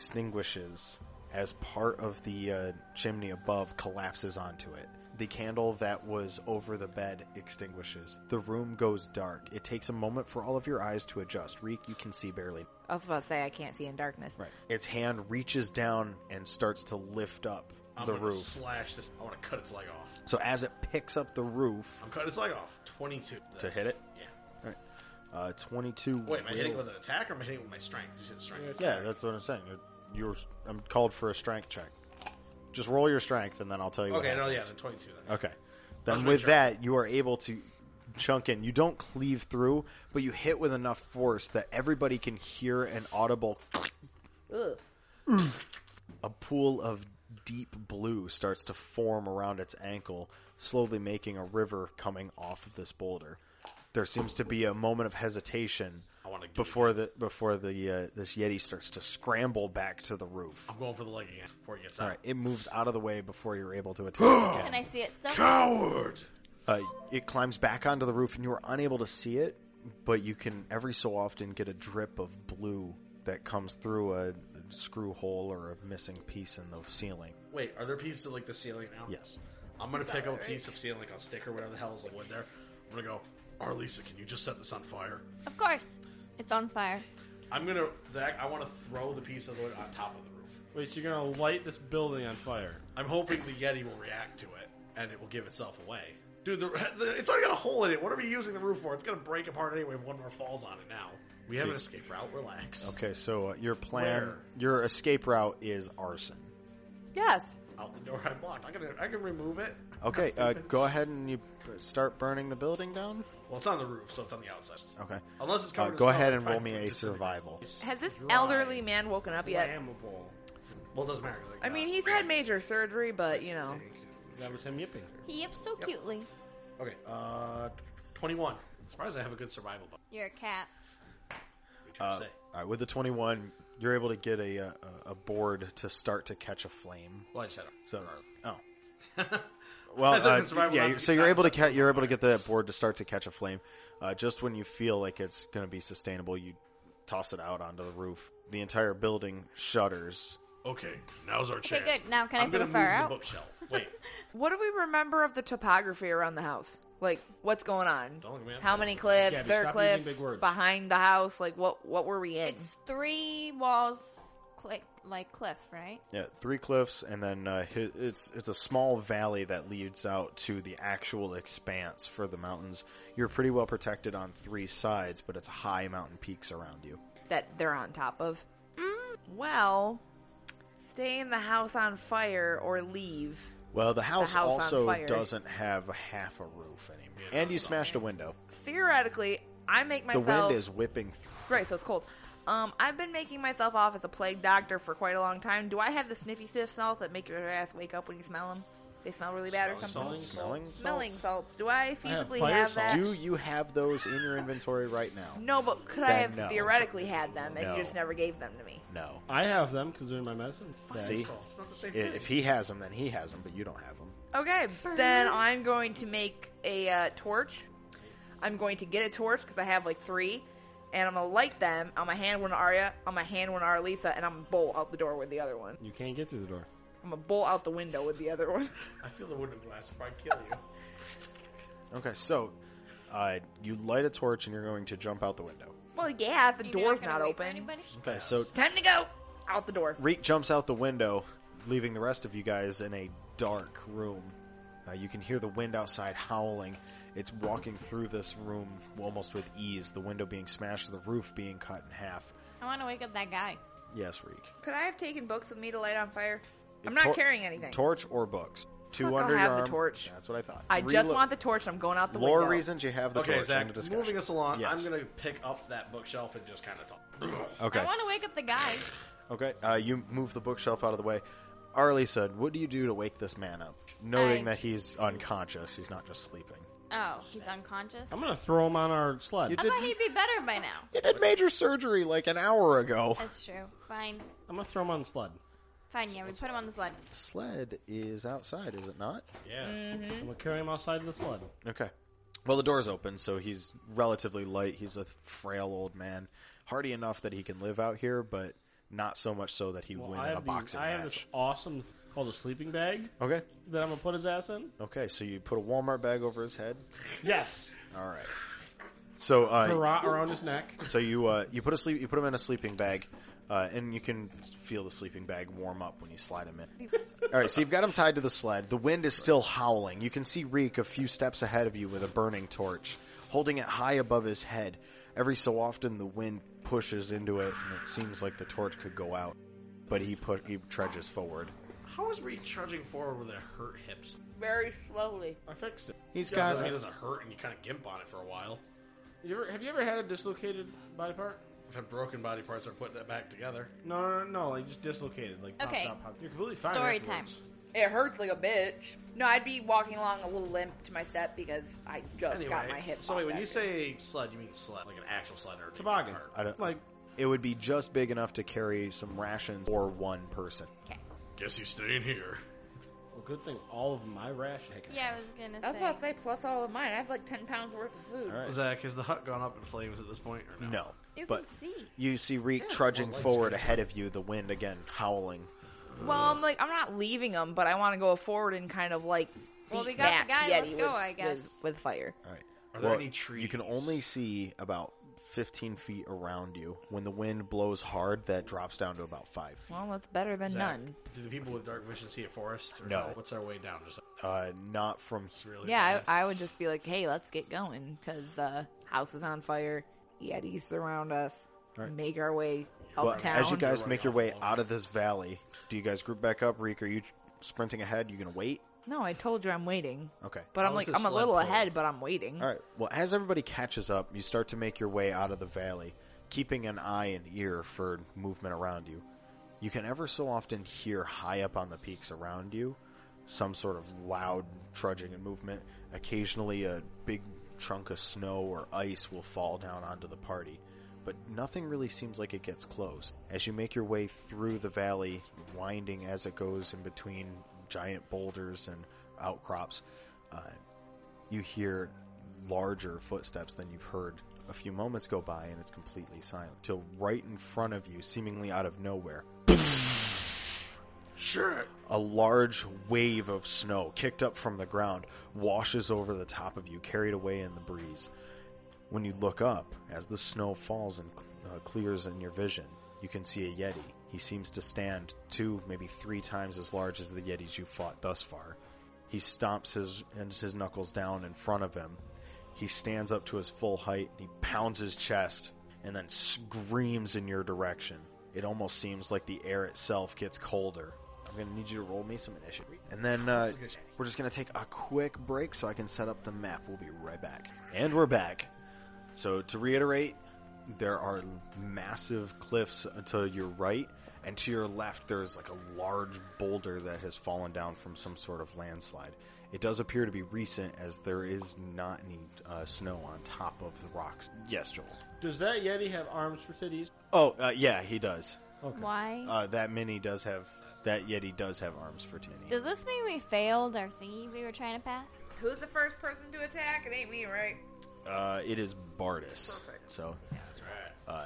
C: extinguishes as part of the uh, chimney above collapses onto it. The candle that was over the bed extinguishes. The room goes dark. It takes a moment for all of your eyes to adjust. Reek, you can see barely.
D: I was about to say I can't see in darkness.
C: Its hand reaches down and starts to lift up
H: I'm
C: the
H: gonna
C: roof.
H: Slash this. I want to cut its leg off.
C: so as it picks up the roof,
H: I'm cutting its leg off. 22
C: To hit it?
H: Yeah.
C: Alright. Uh, 22.
H: Wait, am I hitting it
C: will-
H: with an attack or am I hitting it with my strength? You said strength.
C: Yeah, that's what I'm saying. You're, you're, I'm called for a strength check. Just roll your strength, and then I'll tell you.
H: Okay,
C: what
H: no, yeah,
C: happens.
H: then 22. Then.
C: Okay. Then
H: just
C: with
H: making sure.
C: that, you are able to chunk in. You don't cleave through, but you hit with enough force that everybody can hear an audible.
D: Ugh.
C: a pool of deep blue starts to form around its ankle, slowly making a river coming off of this boulder. There seems to be a moment of hesitation
H: wanna get
C: before the before the uh, this yeti starts to scramble back to the roof.
H: I'm going for the leg again before it gets out.
C: All right, it moves out of the way before you're able to attack
F: Can
C: again.
F: I see it still?
G: Coward!
C: Uh, it climbs back onto the roof, and you are unable to see it, but you can every so often get a drip of blue that comes through a screw hole or a missing piece in the ceiling.
H: Wait, are there pieces of like the ceiling now?
C: Yes.
H: I'm gonna pick up a piece of ceiling, like a stick or whatever the hell is like wood there. I'm gonna go, Arlisa, can you just set this on fire?
F: Of course. It's on fire.
H: I'm gonna, Zach, I wanna throw the piece of wood on top of the roof.
I: Wait, so you're going to light this building on fire.
H: I'm hoping the Yeti will react to it and it will give itself away. Dude, the, the, it's already got a hole in it. What are we using the roof for? It's gonna break apart anyway if one more falls on it now. We have an escape route, relax.
C: Okay, so uh, your plan,
H: Where?
C: your escape route is arson.
D: Yes.
H: Out the door I blocked. I can, I can remove it. I'm
C: Okay,
H: not
C: uh,
H: stupid.
C: go ahead and you b- start burning the building down.
H: Well, it's on the roof, so it's on the outside.
C: Okay.
H: Unless it's
C: Uh,
H: covered in
C: go
H: snow,
C: ahead
H: it
C: and
H: probably
C: roll me a
H: disintegrates.
C: survival.
D: Has this
I: Dry,
D: elderly man woken up yet?
I: Flammable.
H: Well, it doesn't matter. 'cause uh,
D: I
H: got
D: mean,
H: it.
D: he's had major surgery, but you know.
I: That was him yipping.
F: He yips so cutely.
H: Okay, uh, 21. Surprised I have a good survival bonus.
F: You're a cat.
H: which I
C: Uh,
H: say.
C: all right, with the twenty-one, you're able to get a, uh, a a board to start to catch a flame.
H: Well, I just had a.
C: So, oh,
H: I
C: well,
H: thought
C: uh,
H: in survival
C: yeah.
H: not
C: you-
H: to
C: So
H: get
C: you're
H: that
C: able to
H: stuff.
C: ca- you're able to get that board to start to catch a flame. Uh, just when you feel like it's going to be sustainable, you toss it out onto the roof. The entire building shudders.
G: Okay, now's our
F: Okay,
G: chance.
F: good. Now can I
H: I'm
F: put
H: gonna
F: a
H: move
F: fire
H: the
F: out?
H: bookshelf. Wait,
D: What do we remember of the topography around the house? Like, what's going on?
H: Don't look at me.
D: How many cliffs?
I: Gabby,
D: Their
I: stop
D: cliffs?
I: using big words.
D: Behind the house? Like, what? What were we in?
F: It's three walls, click like cliff, right?
C: Yeah, three cliffs, and then uh, hi- it's it's a small valley that leads out to the actual expanse for the mountains. You're pretty well protected on three sides, but it's high mountain peaks around you.
D: that they're on top of. Well, stay in the house on fire or leave.
C: Well, the house,
D: house on
C: also
D: fire.
C: doesn't have half a roof anymore, and you smashed a window.
D: Theoretically, I make
C: The
D: myself
C: wind is whipping. through.
D: right, so it's cold. Um, I've been making myself off as a plague doctor for quite a long time. Do I have the sniffy sniff salts that make your ass wake up when you smell them? They smell really bad or something.
I: Smelling
C: Smelling salts?
D: Smelling salts. Do I
I: have
D: feasibly
I: fire
D: have,
I: salts.
D: that?
C: Do you have those in your inventory right now?
D: No, but could I
C: Then
D: have
C: no.
D: theoretically had them and
C: No.
D: you just never gave them to me?
C: No.
I: I have them because they're in my medicine.
C: See,
H: it's not the same
C: I- if he has them, then he has them, but you don't have them.
D: Okay, then I'm going to make a uh, torch. I'm going to get a torch because I have like three, and I'm gonna light them on my hand one to Arya, on my hand one to Arlisa, and I'm gonna bolt out the door with the other one.
I: You can't get through the door.
D: I'm gonna bolt out the window with the other one.
H: I feel the window glass will probably kill you.
C: Okay, so uh, you light a torch, and you're going to jump out the window.
D: well, yeah, the
F: You're
D: door's
F: gonna
D: not
F: wait for
D: open.
F: anybody?
C: Okay, so
D: Time to go out the door.
C: Reek jumps out the window. leaving the rest of you guys in a dark room. Uh, you can hear the wind outside howling. It's walking through this room almost with ease, the window being smashed, the roof being cut in half.
F: I want to wake up that guy.
C: Yes, Reek.
D: Could I have taken books with me to light on fire? I'm not
C: Tor-
D: carrying anything.
C: Torch or books. Two
D: Fuck, I'll
C: under
D: have
C: your
D: the
C: arm.
D: torch.
C: That's what I thought.
D: I just
C: Relo-
D: want the torch. I'm going out the
C: lore
D: window.
C: reasons you have the
H: Okay,
C: torch.
H: Zach,
C: End of discussion.
H: moving us along,
C: Yes.
H: I'm going to pick up that bookshelf and just kind of talk.
C: Okay.
F: I want to wake up the guy.
C: Okay, uh, you move the bookshelf out of the way. Arlisa, what do you do to wake this man up? Noting
F: I-
C: that he's unconscious, he's not just sleeping.
F: Oh, he's unconscious.
E: I'm gonna throw him on our sled.
C: You
F: I
C: did,
F: thought he'd be better by now.
C: you did major surgery like an hour ago.
F: That's true. Fine.
E: I'm gonna throw him on the sled.
F: Fine, yeah, we put him on the sled.
C: Sled is outside, is it not?
E: Yeah. I'm gonna carry him outside the sled.
C: Okay. Well, the door's open, so he's relatively light. He's a frail old man, hardy enough that he can live out here, but not so much so that he
E: Well,
C: win
E: I
C: in a
E: have, these-
C: boxing
E: I
C: match.
E: have this awesome th- called a sleeping bag
C: Okay.
E: that I'm gonna put his ass in.
C: Okay. So you put a Walmart bag over his head.
E: Yes.
C: All right. So uh,
E: Garrot around his neck.
C: So you uh, you put a sleep you put him in a sleeping bag, uh, and you can feel the sleeping bag warm up when you slide him in. All right, so you've got him tied to the sled. The wind is still howling. You can see Reek a few steps ahead of you with a burning torch, holding it high above his head. Every so often, the wind pushes into it, and it seems like the torch could go out, but he put he trudges forward.
H: How is Reed trudging forward with a hurt hips?
D: Very slowly.
E: I fixed it.
C: He's
H: Yeah,
C: got
H: it doesn't hurt, and you kind of gimp on it for a while.
E: You ever, have you ever had a dislocated body part?
H: I've had broken body parts. Are putting it back together.
E: No, no, no, no like just dislocated, like popped
F: Okay.
E: out, popped- You're completely fine.
F: Story
E: afterwards.
F: time.
D: It hurts like a bitch. No, I'd be walking along a little limp to my step because I just
H: Anyway,
D: got my hip.
H: so wait,
D: popped
H: when
D: out.
H: you say sled, you mean sled, like an actual sled or a
E: Toboggan.
H: cart?
C: I don't
E: Like-
C: It would be just big enough to carry some rations or one person.
F: Okay.
G: Guess he's staying here.
E: Well, good thing all of my rash. Heck,
F: Yeah, I was gonna
D: I was
F: say.
D: about to say plus all of mine. I have like ten pounds worth of food.
E: All right.
H: Zach, has the hut gone up in flames at this point? Or no.
C: No,
F: You
C: but
F: can see.
C: you see Reek trudging forward ahead of you. The wind again howling.
D: Well, I'm like I'm not leaving them, but I want to go forward and kind of like
F: Well,
D: beat
F: we
D: back
F: got the guy,
D: Yeti
F: let's
D: with,
F: go, I guess.
D: with, with fire.
C: All right.
H: Are there any trees?
C: You can only see about fifteen feet around you. When the wind blows hard, that drops down to about five. feet.
D: Well, that's better than
H: Zach,
D: none.
H: Do the people with dark vision see a forest? Or
C: No.
H: What's our way down? Just
C: Uh, not from here.
H: really?
D: Yeah,
H: bad?
D: I, I would just be like, hey, let's get going because uh, house is on fire. Yetis surround us. Make our way
C: Well,
D: uptown.
C: as you guys make your way out of this valley, do you guys group back up? Reek, are you sprinting ahead? You gonna wait?
D: No, I told you I'm waiting.
C: Okay.
D: But
H: How
D: I'm
H: is
D: like
H: this
D: I'm a
H: sled
D: little
H: pulled?
D: ahead, but I'm waiting.
C: All right. Well, as everybody catches up, you start to make your way out of the valley, keeping an eye and ear for movement around you. You can ever so often hear high up on the peaks around you some sort of loud trudging and movement. Occasionally, a big chunk of snow or ice will fall down onto the party, but nothing really seems like it gets close. As you make your way through the valley, winding as it goes in between giant boulders and outcrops, uh, you hear larger footsteps than you've heard. A few moments go by and it's completely silent. Till right in front of you, seemingly out of nowhere,
H: Sure.
C: a large wave of snow kicked up from the ground washes over the top of you, carried away in the breeze. When you look up, as the snow falls and uh, clears in your vision, you can see a Yeti. He seems to stand two, maybe three times as large as the Yetis you fought thus far. He stomps his, and his knuckles down in front of him. He stands up to his full height and he pounds his chest and then screams in your direction. It almost seems like the air itself gets colder. I'm going to need you to roll me some initiative. And then uh, we're just going to take a quick break so I can set up the map. We'll be right back. And we're back. So to reiterate, there are massive cliffs to your right, and to your left, there's like a large boulder that has fallen down from some sort of landslide. It does appear to be recent, as there is not any uh, snow on top of the rocks. Yes, Joel.
E: Does that Yeti have arms for titties?
C: Oh, uh, yeah, he does.
F: Why?
C: Uh, that mini does have. That Yeti does have arms for Tini.
F: Does this mean we failed our thingy we were trying to pass?
D: Who's the first person to attack? It ain't me, right?
C: Uh, it is Bardis.
D: Perfect.
C: So Uh,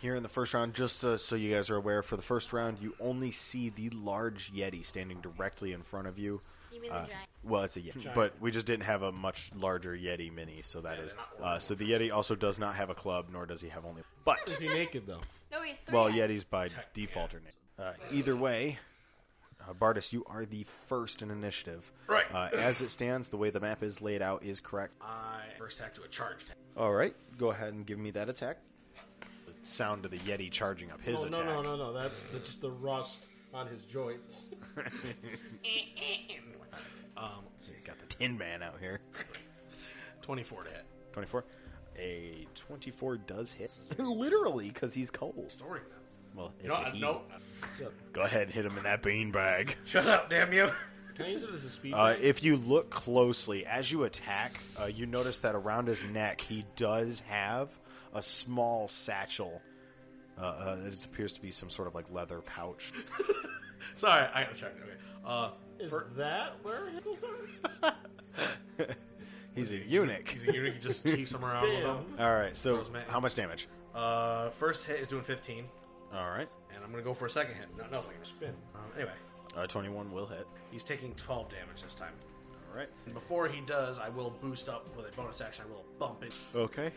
C: here in the first round, just uh, so you guys are aware, for the first round, you only see the large Yeti standing directly in front of you.
F: You mean
C: Uh,
F: the giant?
C: well, it's a Yeti, but we just didn't have a much larger Yeti mini, so that is. Uh, so the Yeti also does not have a club, nor does he have only. But
E: Is he naked though?
F: No, he's three.
C: well,
F: eyed.
C: Yetis by default are named. Uh, either way, uh, Uh, Bardis, you are the first in initiative.
H: Right.
C: Uh, as it stands, the way the map is laid out is correct.
H: I first attack to a charge attack.
C: All right, go ahead and give me that attack. The sound of the Yeti charging up his
E: Oh,
C: attack.
E: no, no, no, no. That's the, just the rust on his joints.
H: Um, let's see,
C: Got the Tin Man out here.
H: 24 to hit.
C: 24. A 24 does hit. Literally, because he's cold.
H: Story now.
C: Well, it's
G: You know,
C: a
G: I-
C: he.
G: no,
C: Go ahead and hit him in that beanbag.
H: Shut up, damn you.
E: Can I use it as a speed?
C: Uh, if you look closely, as you attack, uh, you notice that around his neck he does have a small satchel. Uh, uh, it appears to be some sort of like leather pouch.
H: Sorry, I gotta check. Okay. Uh,
E: is
H: for-
E: that where hippos are?
C: He's a eunuch.
H: he's a eunuch, he just keeps them around with him.
E: Damn.
C: All right, so
H: Throws him at you.
C: how much damage?
H: Uh, first hit is doing 15,
C: All right,
H: and I'm gonna go for a second hit. No, nothing. Spin. Um, anyway,
C: uh, twenty-one will hit.
H: he's taking 12 damage this time.
C: All right,
H: And before he does, I will boost up with a bonus action. I will bump it.
C: okay.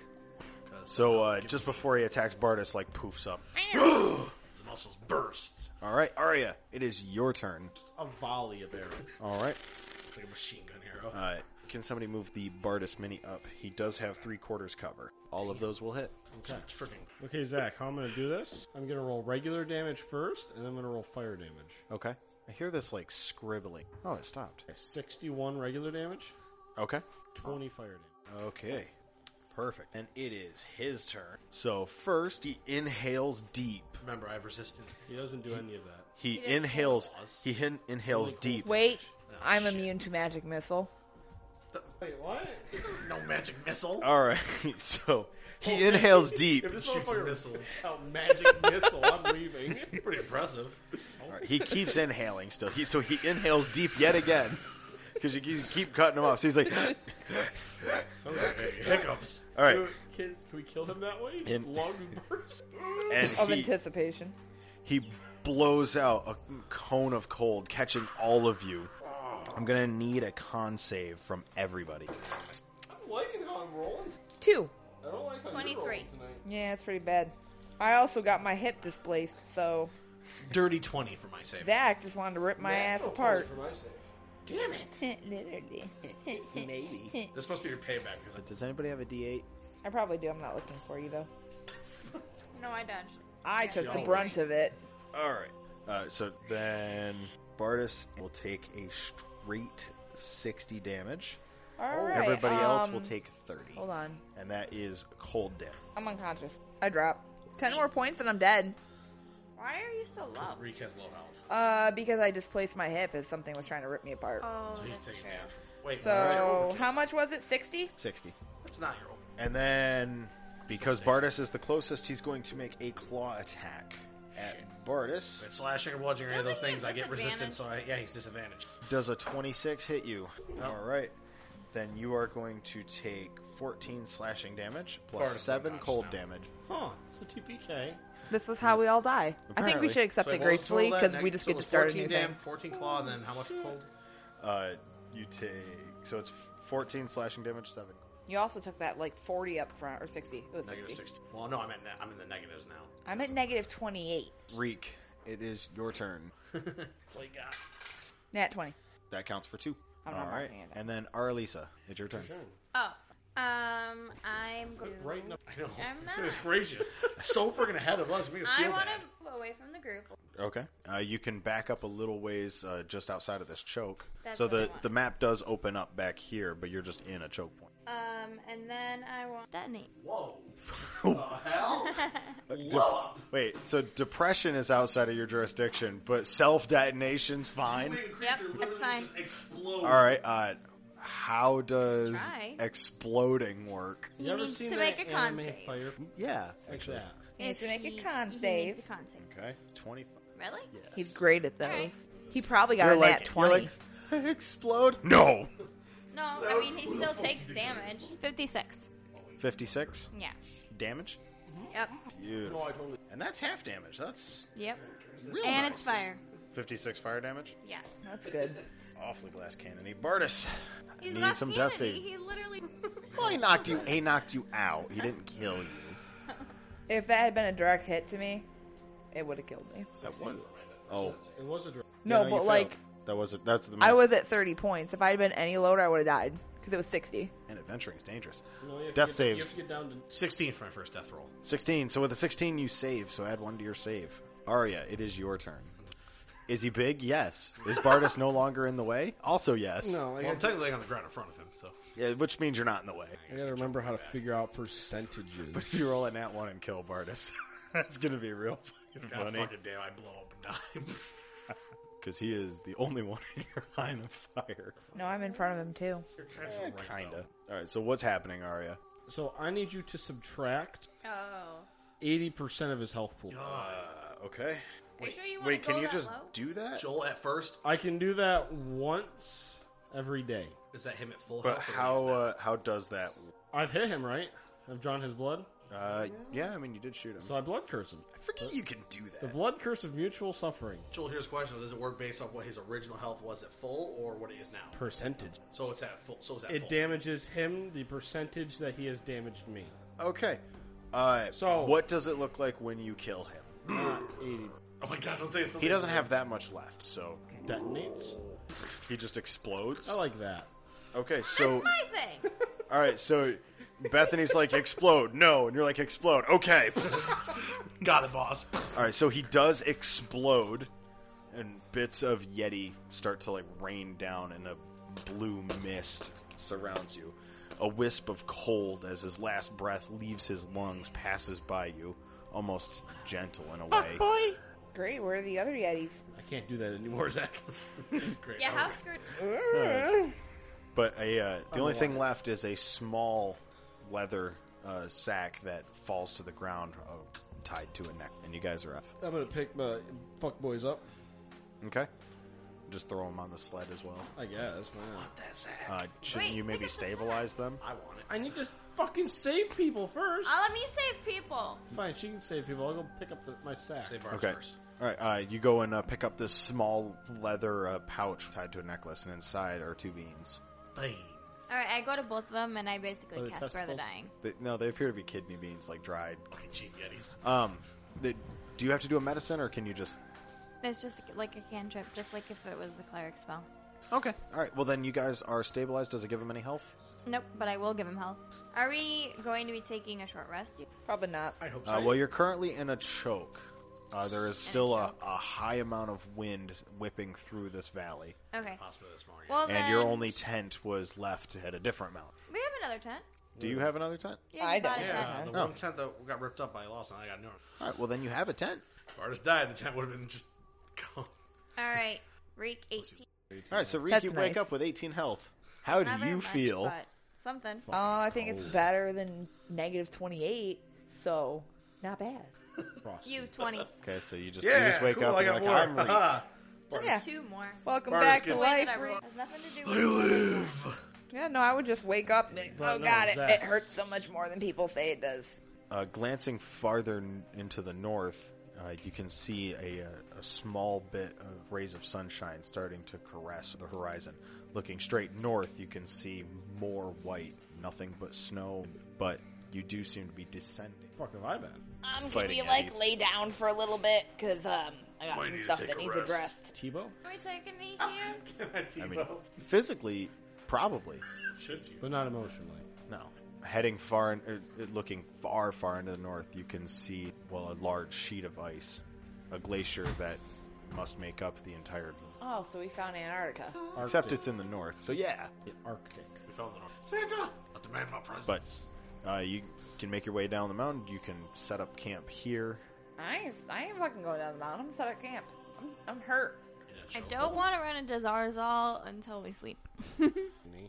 H: 'cause
C: So
H: I'll
C: uh,
H: give
C: just
H: him-
C: before he attacks, Bardis like poofs up.
H: the muscles burst
C: All right, Arya, it is your turn.
E: A volley of arrows.
C: All right,
H: It's like a machine gun arrow.
C: uh, can somebody move the Bardis mini up? He does have three quarters cover. All of those will hit.
H: okay. Freaking
E: Okay, Zach, how I'm going to do this? I'm going to roll regular damage first, and then I'm going to roll fire damage.
C: Okay. I hear this like scribbling. Oh, it stopped.
E: Okay, 61 regular damage,
C: Okay.
E: 20 fire damage.
C: Okay. Perfect. And it is his turn. So first, he inhales deep.
H: remember, I have resistance.
E: He doesn't do any of that.
C: He inhales. He hin- inhales deep.
D: Wait, I'm immune to magic missile.
E: Wait, what?
H: No magic missile.
C: All right. So he inhales deep.
E: If this
H: Shoots
E: motherfucker
H: missiles.
E: out magic missile, I'm leaving.
H: It's pretty impressive.
C: All right, He keeps inhaling still. He so he inhales deep yet again. Because you keep- keep cutting him off. So he's like,
H: Hiccups.
C: all right.
E: Dude, Kids, can we kill him that way?
C: In-
E: Lung burst.
C: And
D: Of
C: he,
D: anticipation.
C: he blows out a cone of cold, catching all of you. I'm gonna need a con save from everybody.
E: I'm liking how I'm rolling.
D: Two.
E: I don't like how
F: 23.
E: you're rolling tonight.
D: Yeah, it's pretty bad. I also got my hip displaced, so
H: Dirty 20 for my save.
D: Zach just wanted to rip my ass
E: Natural
D: apart.
E: 20 for my save.
B: Literally. Maybe.
H: This must be your payback because I
C: Does anybody have a D8?
D: I probably do. I'm not looking for you though.
F: No, I dodged.
D: I took the brunt of it.
C: All right. Uh, so then Bardis will take a straight 60 damage.
D: All right.
C: Everybody else will
D: um,
C: take 30.
D: Hold on.
C: And that is cold damage.
D: I'm unconscious. I drop. Ten more points and I'm dead.
F: Why are you so low?
H: Reek has low health.
D: Uh, because I displaced my hip as something was trying to rip me apart.
F: Oh,
H: So he's
F: that's
H: taking
F: true.
H: damage. Wait,
D: so how much was it? Sixty.
C: 60.
H: That's not your old.
C: And then because Bardis is the closest, he's going to make a claw attack at Bardis.
H: It's slashing or bludgeoning or any of those
F: Doesn't he
H: things. I
F: have
H: get
F: disadvantage?
H: resistance, so I, yeah, he's disadvantaged.
C: Does a 26 hit you? All right. Then you are going to take 14 slashing damage plus
H: Bardis
C: 7
H: unconscious
C: cold
H: now.
C: damage.
E: Huh, it's a TPK.
D: This is how we all die. I think
C: Hmm. Apparently.
D: we should accept
H: So
D: it
H: what was the total
D: gracefully
H: of that?
D: because
H: Neg-
D: we just get
H: so it
D: to
H: was
D: start a
H: 14
D: new
H: dam,
D: thing.
H: 14 claw, and then how
F: Hmm.
H: much cold?
C: Uh, you take. So it's 14 slashing damage, 7 cold.
D: You also took that like forty up front or sixty. It was
H: Negative
D: sixty.
H: 60. Well, no, I'm, at ne- I'm in the negatives now.
D: I'm at negative twenty-eight.
C: Reek, it is your turn.
H: That's all you got.
D: Nat twenty.
C: That counts for two.
D: I'm
C: All
D: not
C: right.
D: marking it up.
C: And then Arlisa, it's your turn.
F: Oh. Um, I'm going
E: Right now.
H: I know.
F: I'm not.
H: Goodness gracious. so freaking ahead of us. Make us
F: I
H: feel
F: want
H: bad.
F: to move away from the group.
C: Okay. Uh, you can back up a little ways uh, just outside of this choke.
F: That's
C: so
F: what I
C: the,
F: want.
C: the map does open up back here, but you're just in a choke point.
F: Um, and then I want detonate.
H: Whoa. the hell? Blow up.
C: Wait, so depression is outside of your jurisdiction, but self detonation's fine?
F: Yep, that's fine.
H: Explode.
C: All right. Uh, how does
F: Try.
C: exploding work?
F: He needs to make a con
E: anime
F: save.
E: fire
C: Yeah,
E: like
C: actually.
E: that?
D: He needs to make a
F: he-
D: con
F: he
D: save.
F: needs a con save.
C: Okay. 25.
F: Really?
D: He's great at those.
F: Alright.
D: He probably got
C: You're
D: a
C: like,
D: nat
C: you're
D: 20.
C: like, explode? No!
F: No, I mean he still takes damage. Fifty-six.
C: 56
F: Yeah.
C: damage?
F: Yep.
C: Beautiful.
E: No, I totally.
C: And that's half damage. That's
F: Yep.
C: real
F: and
C: nice.
F: it's fire.
C: 56 fire damage.
F: Yeah.
D: That's good.
C: Awfully glass cannony. Bardis.
F: He's
C: need
F: left
C: some
F: handed.
C: death save.
F: He literally.
C: Well, he knocked you. He knocked you out. He didn't kill you.
D: If that had been a direct hit to me, it would have killed me.
C: That one. Oh,
E: It was a direct.
C: Yeah,
D: No,
C: you
D: but
C: failed.
D: like
C: that was it. That's the.
D: I was at 30 points. If I had been any lower, I would have died because it was 60.
C: And adventuring is dangerous.
E: No, you have to
C: Death
E: get- You have
C: saves.
E: to get down to
H: 16 for my first death roll.
C: Sixteen. So with a sixteen, you save. So add one to your save. Arya, it is your turn. Is he big? Yes. Is Bardas no longer in the way? Also yes.
E: no. I
H: Well, I'm
E: gotta,
H: technically on the ground in front of him, so.
C: Yeah, which means you're not in the way.
E: I gotta remember how to figure out percentages.
C: But if you roll a nat one and kill Bardas, that's gonna be real fucking
H: God
C: funny
H: fucking damn, I blow up and die.
C: because he is the only one in your line of fire.
D: No, I'm in front of him too.
C: Kinda. All right. So what's happening, Arya?
E: so I need you to subtract
F: Oh.
E: eighty percent of his health pool.
C: Uh, okay.
F: Are you sure you want
C: Wait,
F: to go
C: can you
F: that
C: just
F: low?
C: do that?
H: Joel at first.
E: I can do that once every day.
H: Is that him at full
C: But
H: health? or
C: how
H: is that-
C: uh, how does that?
E: I've hit him, right? I've drawn his blood,
C: Uh, yeah, I mean you did shoot him.
E: so I blood curse him.
C: I forget you can do
E: The
C: that.
E: blood curse of mutual suffering
H: Joel, here's a question: Does it work based off what his original health was at full, or what it is now?
E: percentage.
H: So it's at full. So it's at
E: It
H: full.
E: damages him the percentage that he has damaged me.
C: Okay. Uh,
E: So-
C: what does it look like when you kill him?
E: Not eighty.
H: oh my god! Don't say something.
C: He doesn't have that much left, so
E: Detonates.
C: he just explodes.
E: I like that.
C: Okay, so
F: That's my thing.
C: all right, so Bethany's like explode, no, and you're like explode. Okay.
H: Got it, boss.
C: All right, so he does explode, and bits of Yeti start to like rain down, and a blue mist surrounds you. A wisp of cold as his last breath leaves his lungs passes by you, almost gentle in a way.
D: Great. Where are the other Yetis?
E: I can't do that anymore, Zach.
H: Great.
F: Yeah, how screwed. Oh,
C: But a, uh, the only thing left is a small leather uh, sack that falls to the ground, uh, tied to a neck, and you guys are up.
E: I'm gonna pick my fuck boys up.
C: Okay, just throw him on the sled as well.
E: I guess. Why not?
C: Uh, shouldn't
F: Wait,
C: you
F: pick
C: maybe
F: up the sack.
C: stabilize them?
H: I want it.
E: I need to fucking save people first.
F: Oh, let me save people.
E: Fine, she can save people. I'll go pick up the, my sack.
H: Save ours
C: Okay.
H: first.
C: All right. Uh, you go and uh, pick up this small leather uh, pouch tied to a necklace, and inside are two beans.
H: Beans.
F: All right, I go to both of them and I
E: Are
F: basically
E: they
F: cast Brother
E: testicles?
F: Dying.
C: They, no, they appear to be kidney beans, like dried.
H: Fucking cheap Yetis.
C: Um, they, do you have to do a medicine, or can you just?
F: It's just like a cantrip, just like if it was the cleric spell.
C: Okay. All right. Well, then you guys are stabilized. Does it give them any health?
F: Nope, but I will give him health. Are we going to be taking a short rest?
D: Probably not.
H: I hope so.
C: Uh, well, you're currently in a choke. Uh, there is still a, a high amount of wind whipping through this valley,
F: Okay.
H: Hospital this morning.
F: Well,
C: and
F: then
C: your only tent was left at a different mountain.
F: We have another tent.
C: Do you have another tent?
F: Yeah,
D: I
F: we bought
D: don't.
F: a
H: yeah,
F: tent.
H: the
C: Oh.
H: one tent that got ripped up by lost, and I got new. one.
C: All right. Well, then you have a tent.
H: If Artis died, the tent would have been just gone.
F: All right, Reek eighteen.
C: All right. So Reek,
D: That's
C: you wake
D: nice.
C: up with 18 health. How
F: Not
C: do
F: very
C: you
F: much,
C: feel?
F: but something.
D: Oh, I think it's better than negative 28, so not bad.
F: You twenty.
C: Okay, so you just you just wake
H: cool,
C: up
H: I
C: and
H: got
C: you're like, I'm
H: more.
C: Reek.
F: Just
D: Yeah.
F: two more.
D: Welcome
H: Barnes
D: back to
H: gets-
D: life.
F: Whatever.
D: Ruth.
F: It has nothing to do with
D: Yeah, no, I would just wake up. And, oh
E: no,
D: God, it,
E: Zach.
D: it hurts so much more than people say it does.
C: Uh, glancing farther n- into the north, uh, you can see a, uh, a small bit of rays of sunshine starting to caress the horizon. Looking straight north, you can see more white, nothing but snow, but you do seem to be descending.
E: Fuck have I been?
D: Um, can
C: Fighting
D: we like
C: Yetis.
D: lay down for a little bit? Cause um, I got
G: Might need to
D: some stuff
G: take
D: that
G: a
D: needs
G: rest.
D: addressed.
E: Tebow?
F: Can we take a knee here?
C: I mean, physically, probably
H: Should you?
E: But not emotionally.
C: no. Heading far, in, er, looking far, far into the north, you can see well a large sheet of ice, a glacier that must make up the entire.
D: Oh, so we found Antarctica.
C: Except it's in the north, so yeah.
E: The Arctic.
H: We found the north. Santa, I demand my presence.
C: But uh, you can make your way down the mountain. You can set up camp here.
D: I ain't, I ain't fucking going down the mountain. I'm set up camp. I'm, I'm hurt.
F: I don't want to run into Zarzal until we sleep.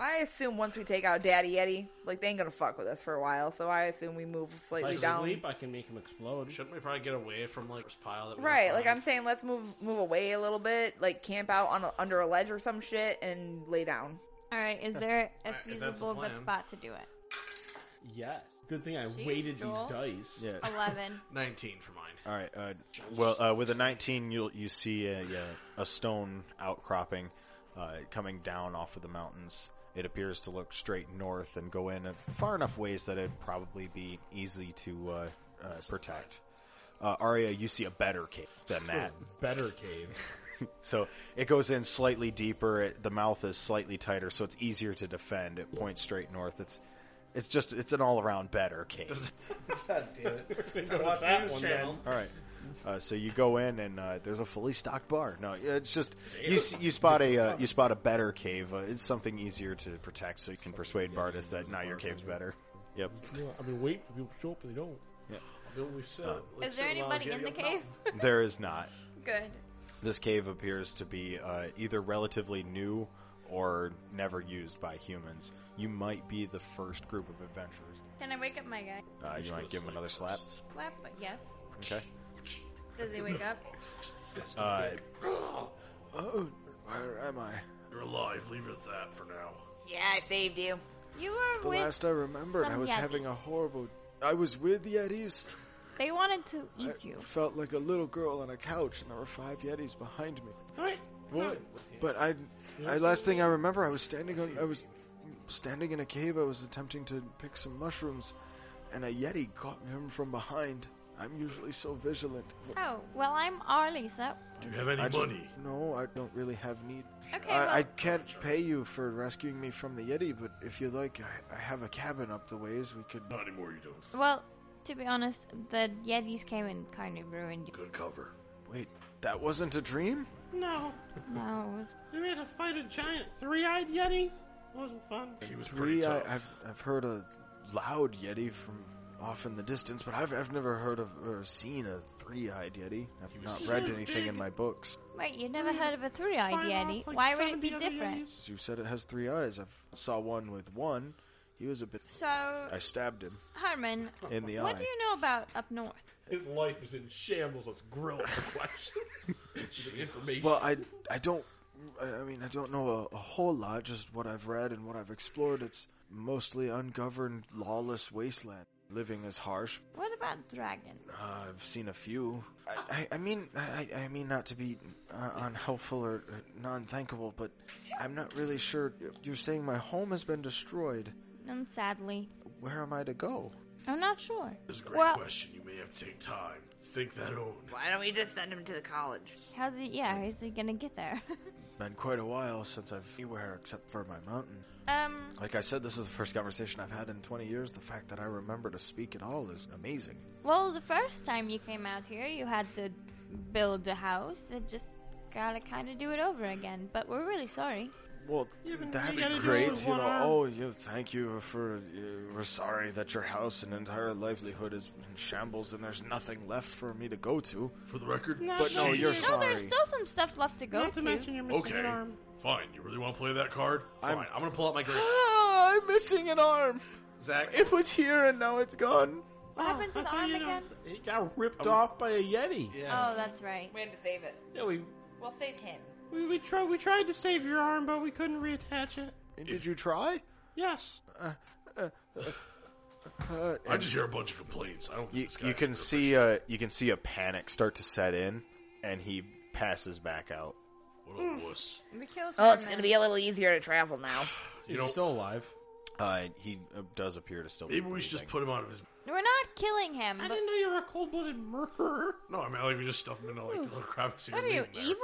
D: I assume once we take out Daddy Yeti, like they ain't gonna fuck with us for a while. So I assume we move
E: If
D: slightly
E: I
D: down.
E: sleep, I can make him explode.
H: Shouldn't we probably get away from like this pile that we
D: Right,
H: were
D: like I'm
H: finding?
D: saying, let's move move away a little bit, like camp out on a, under a ledge or some shit, and lay down.
F: All right, is there a
H: Alright, if that's the
F: feasible good
H: plan.
F: spot to do it?
E: Yes. Good thing I
F: Jeez,
E: weighted
F: Joel.
E: these dice.
C: Yeah.
F: Eleven.
H: 19 for mine.
C: All right. Uh, well, uh, with a nineteen, you you see a, uh, a stone outcropping uh, coming down off of the mountains. It appears to look straight north and go in a far enough ways that it'd probably be easy to uh, uh, protect. Uh, Arya, you see a better cave than that.
E: Better cave.
C: So it goes in slightly deeper. It, the mouth is slightly tighter, so it's easier to defend. It points straight north. It's it's just it's an all around better cave.
H: Watch that one channel.
C: All right. Uh, so you go in and uh, there's a fully stocked bar. No, it's just you s- you spot a uh, you spot a better cave. Uh, it's something easier to protect, so you can persuade Bardis that now your cave's better. Yep.
E: You know, I've been waiting for people to show up and they don't.
H: The only cell- like,
F: Is there
H: cell allows
F: anybody
H: you to
F: in
H: go
F: the cave?
C: There is not.
F: Good.
C: This cave appears to be uh, either relatively new or never used by humans. You might be the first group of adventurers.
F: Can I wake up my guy?
C: Uh, you might give him another slap.
F: Slap, but yes.
C: Okay.
F: Does he wake up?
C: Uh, oh, where am I?
G: You're alive. Leave it at that for now.
B: Yeah, I saved you.
F: You were
C: The
F: with
C: last I remembered,
F: some
C: I was
F: Yetis.
C: having a horrible. I was with Yetis.
F: They wanted to
C: I
F: eat you.
C: felt like a little girl on a couch, and there were five Yetis behind me. What? But I, I last thing I remember, I was standing on. I was standing in a cave. I was attempting to pick some mushrooms, and a Yeti caught him from behind. I'm usually so vigilant.
F: Oh, well, I'm Arlisa.
G: Do you have any
C: I just-
G: money?
C: no, I don't really have need.
F: Okay,
C: I, I
F: well-
C: can't pay you for rescuing me from the Yeti, but if you like, I, I have a cabin up the ways. We could.
G: Not anymore. You don't.
F: Well, to be honest, the Yetis came and kind of ruined you.
G: Good cover.
C: Wait, that wasn't a dream?
I: No.
F: No, it was
I: Then we had to fight a giant three-eyed yeti. wasn't fun.
G: He was pretty
C: Three, I,
G: tough.
C: I've, I've heard a loud Yeti from off in the distance, but I've, I've never heard of or seen a three eyed Yeti. I've not read
I: so
C: anything in
I: big.
C: my books.
F: Wait, you never heard of a three-eyed
I: Fight
F: yeti?
I: off, like,
F: Why would it
I: 70
F: be
I: other
F: different?
I: yetis.
C: You said it has three eyes. I saw one with one. He was a bit.
F: So,
C: I stabbed him
F: Herman,
C: in the
F: what
C: eye.
F: do you know about up north?
E: His life is in shambles. Let's grill him for questions. information.
C: Well, I, I don't. I I mean, I don't know a, a whole lot, just what I've read and what I've explored. It's mostly ungoverned, lawless wasteland. Living is harsh,
F: What about dragon?
C: Uh, I've seen a few. I, I, I mean, I, I mean not to be uh, unhelpful or uh, non-thankable, but I'm not really sure. You're saying my home has been destroyed.
F: And Um, sadly,
C: Where am I to go?
F: I'm not sure.
G: That's a great
F: Well,
G: question. You may have to take time. Think that over.
B: Why don't we just send him to the college?
F: how's he? Yeah, how's he gonna get there?
C: Been quite a while since I've anywhere except for my mountain.
F: um,
C: Like I said, this is the first conversation I've had in 20 years. The fact that I remember to speak at all is amazing.
F: well, the first time you came out here, you had to build a house. It just gotta kind of do it over again. But we're really sorry.
C: Well,
I: Yeah, but
C: that's
I: you gotta do it
C: great.
I: with
C: You
I: one
C: know,
I: arm.
C: oh, you thank you for. Uh, we're sorry that your house and entire livelihood is in shambles, and there's nothing left for me to go to.
G: For the record,
I: No,
C: But no,
I: Jeez.
C: you're
I: No,
F: No, there's
C: sorry.
F: still some stuff left to go
I: Not to mention you're missing
G: okay.
I: an arm.
G: Fine. You really want to play that card? Fine.
C: I'm-
G: I'm, gonna pull out my grade.
C: Ah, I'm missing an arm.
H: Zach,
C: It was here and now it's gone.
F: What happened to
I: Oh, I
F: the
I: thought
F: arm
I: you know-
F: again?
E: He got ripped off by a Yeti.
F: Oh, that's right.
B: We had to save it.
I: Yeah, we
B: We'll save him.
I: we we tried we tried to save your arm, but we couldn't reattach it.
C: Did you try?
I: Yes.
G: I just hear a bunch of complaints. I don't think
C: You,
G: this guy
C: you can see uh, you can see a panic start to set in, and he passes back out.
G: What a wuss.
F: We killed.
B: Oh, it's
F: Herman.
B: gonna be a little easier to travel now.
G: You know,
E: still alive.
C: Uh, he uh, does appear to still. be
G: maybe we should just
C: breathing.
G: put him out of his.
F: We're not killing him.
I: I
F: But
I: didn't know you were a cold-blooded murderer.
G: No, I mean like we just stuff him into like little crevices.
F: what are
G: and
F: you
G: leave him there.
F: evil?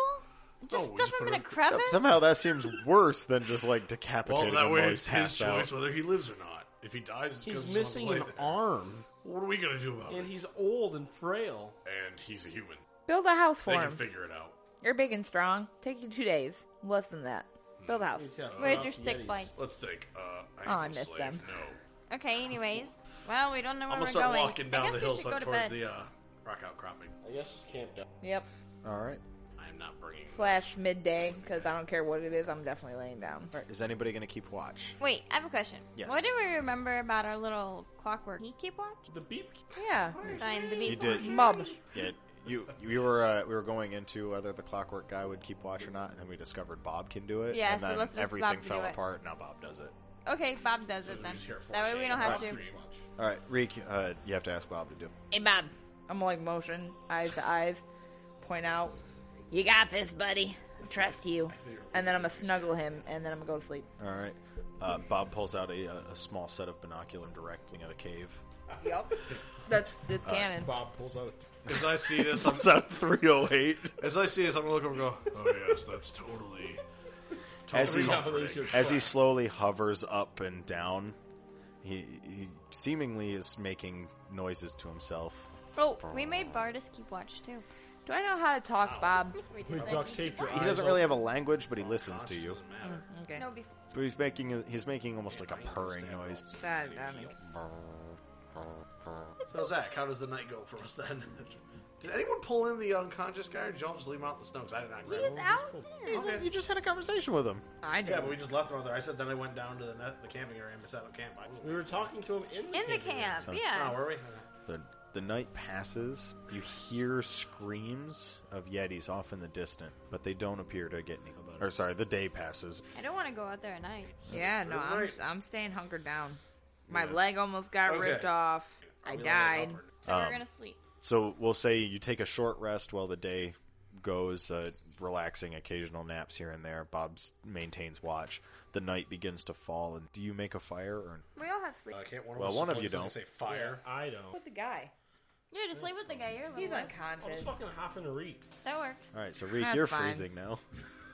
F: Just
G: Oh, we
F: stuff
G: just put
F: him in a
G: him-
F: crevice.
C: Somehow that seems worse than just like
G: Well,
C: decapitating
G: that
C: him
G: way
C: while
G: it's
C: he's
G: his
C: passed
G: choice
C: out.
G: whether he lives or not. If he dies, it's 'cause
I: He's
G: he's on the
I: missing
G: way
I: an
G: there.
I: arm,
G: What are we gonna do about it?
I: and he's old and frail.
G: And he's a human.
D: Build a house for
G: They can
D: him.
G: figure it out.
D: You're big and strong. Take you two days. Less than that. Build a house.
F: Where's your stick bites?
G: Let's think. Uh,
F: Oh,
G: I, ain't
D: I
G: no
D: miss
G: slave,
D: them.
G: No,
F: Okay. Anyways, well, we don't know where
G: I'm
F: Oh, we're
G: gonna start
F: going.
G: walking
F: I
G: down
F: guess
G: the
F: we should
G: hillside
F: go to
G: towards
F: bed.
G: the uh, rock outcropping.
E: I guess it's camped out.
D: Yep.
C: All right.
H: I am not bringing.
D: Slash midday, because I don't care what it is, I'm definitely laying down.
C: Is anybody going to keep watch?
F: Wait, I have a question.
C: Yes.
F: What do we remember about our little clockwork key keep watch?
E: The beep.
D: Yeah.
F: Sign the
C: You
F: beat.
C: did.
D: Mub.
C: Yeah. You you were uh, we were going into whether the clockwork guy would keep watch or not, and then we discovered Bob can do it.
F: Yeah,
C: and
F: so
C: then
F: let's just
C: everything
F: Bob to
C: fell
F: do it.
C: apart. Now Bob does it.
F: Okay, Bob does it then. That way we don't have to.
C: All right, Reek, uh, you have to ask Bob to do. it.
B: Hey, Bob.
D: I'm like motion, eyes to eyes, point out,
B: You got this, buddy. I trust you.
D: and then I'm gonna snuggle him, and then I'm gonna go to sleep.
C: All right. Uh, Bob pulls out a, a small set of binoculars directing at the cave.
D: Yep. That's this cannon.
E: Bob pulls out a
H: As I see this, I'm,
G: It's out 308.
H: as I see this, I'm gonna look over and go.
G: Oh, yes, that's totally.
C: As
G: totally
C: he,
G: comforting.
C: as he slowly hovers up and down, he, he seemingly is making noises to himself.
F: Oh, we made Bardus keep watch too.
D: Do I know how to talk, Bob?
F: We, just
E: We
F: let
E: duct
F: you
E: taped
F: keep
E: your
F: watch.
C: He
E: eyes.
C: doesn't really have a language, but he listens to you.
H: Doesn't matter.
D: Okay.
F: No, before.
C: But he's making a- he's making almost like a purring noise.
D: That, that make-
H: So Zach, how does the night go for us then? did anyone pull in the unconscious guy, or did y'all just leave him out in the snow? Because I did not grab
F: He's
H: him.
F: out there.
C: You just had a conversation with him.
D: I did.
H: Yeah, but we just left him out there. I said then I went down to the net, the camping area and set up camp. I
E: We
H: was,
E: were talking to him in the
F: In the
E: area.
F: camp,
C: So-
F: yeah.
H: oh, were we?
C: The, the night passes. You hear screams of Yetis off in the distance, but they don't appear to get any. Or sorry, the day passes.
F: I don't want to go out there at night.
D: Yeah, no, I'm,
H: Right.
D: I'm staying hunkered down. My leg almost got
H: Okay.
D: ripped off. I died.
F: So we're gonna sleep.
C: So we'll say you take a short rest while the day goes, uh, relaxing, occasional naps here and there. Bob s- maintains watch. The night begins to fall, and do you make a fire? Or
F: We all have sleep.
H: Uh, can't one of
C: Well,
H: us
C: one
H: just
C: of you
H: look at
C: don't.
H: something and Say fire.
E: I don't.
D: With the guy,
F: Yeah, just sleep with the guy. You're a
D: he's
F: little
E: I'll
D: unconscious.
E: just
H: Oh,
E: fucking hop in a reek.
F: less. That works.
C: all right, so Reek,
D: That's
C: you're
D: fine.
C: freezing now.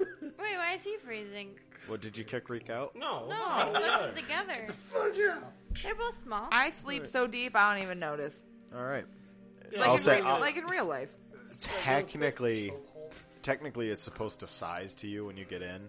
F: Wait, why is he freezing?
C: What did you kick Reek out?
E: No,
F: No, let's
E: it's not
F: put them
E: together.
F: together. They're both small.
D: I sleep so deep I don't even notice.
C: All right.
E: Yeah,
D: Like,
C: I'll
D: in,
C: say
D: real,
C: I'll-
D: like in real life.
C: Technically, technically, it's supposed to size to you when you get in.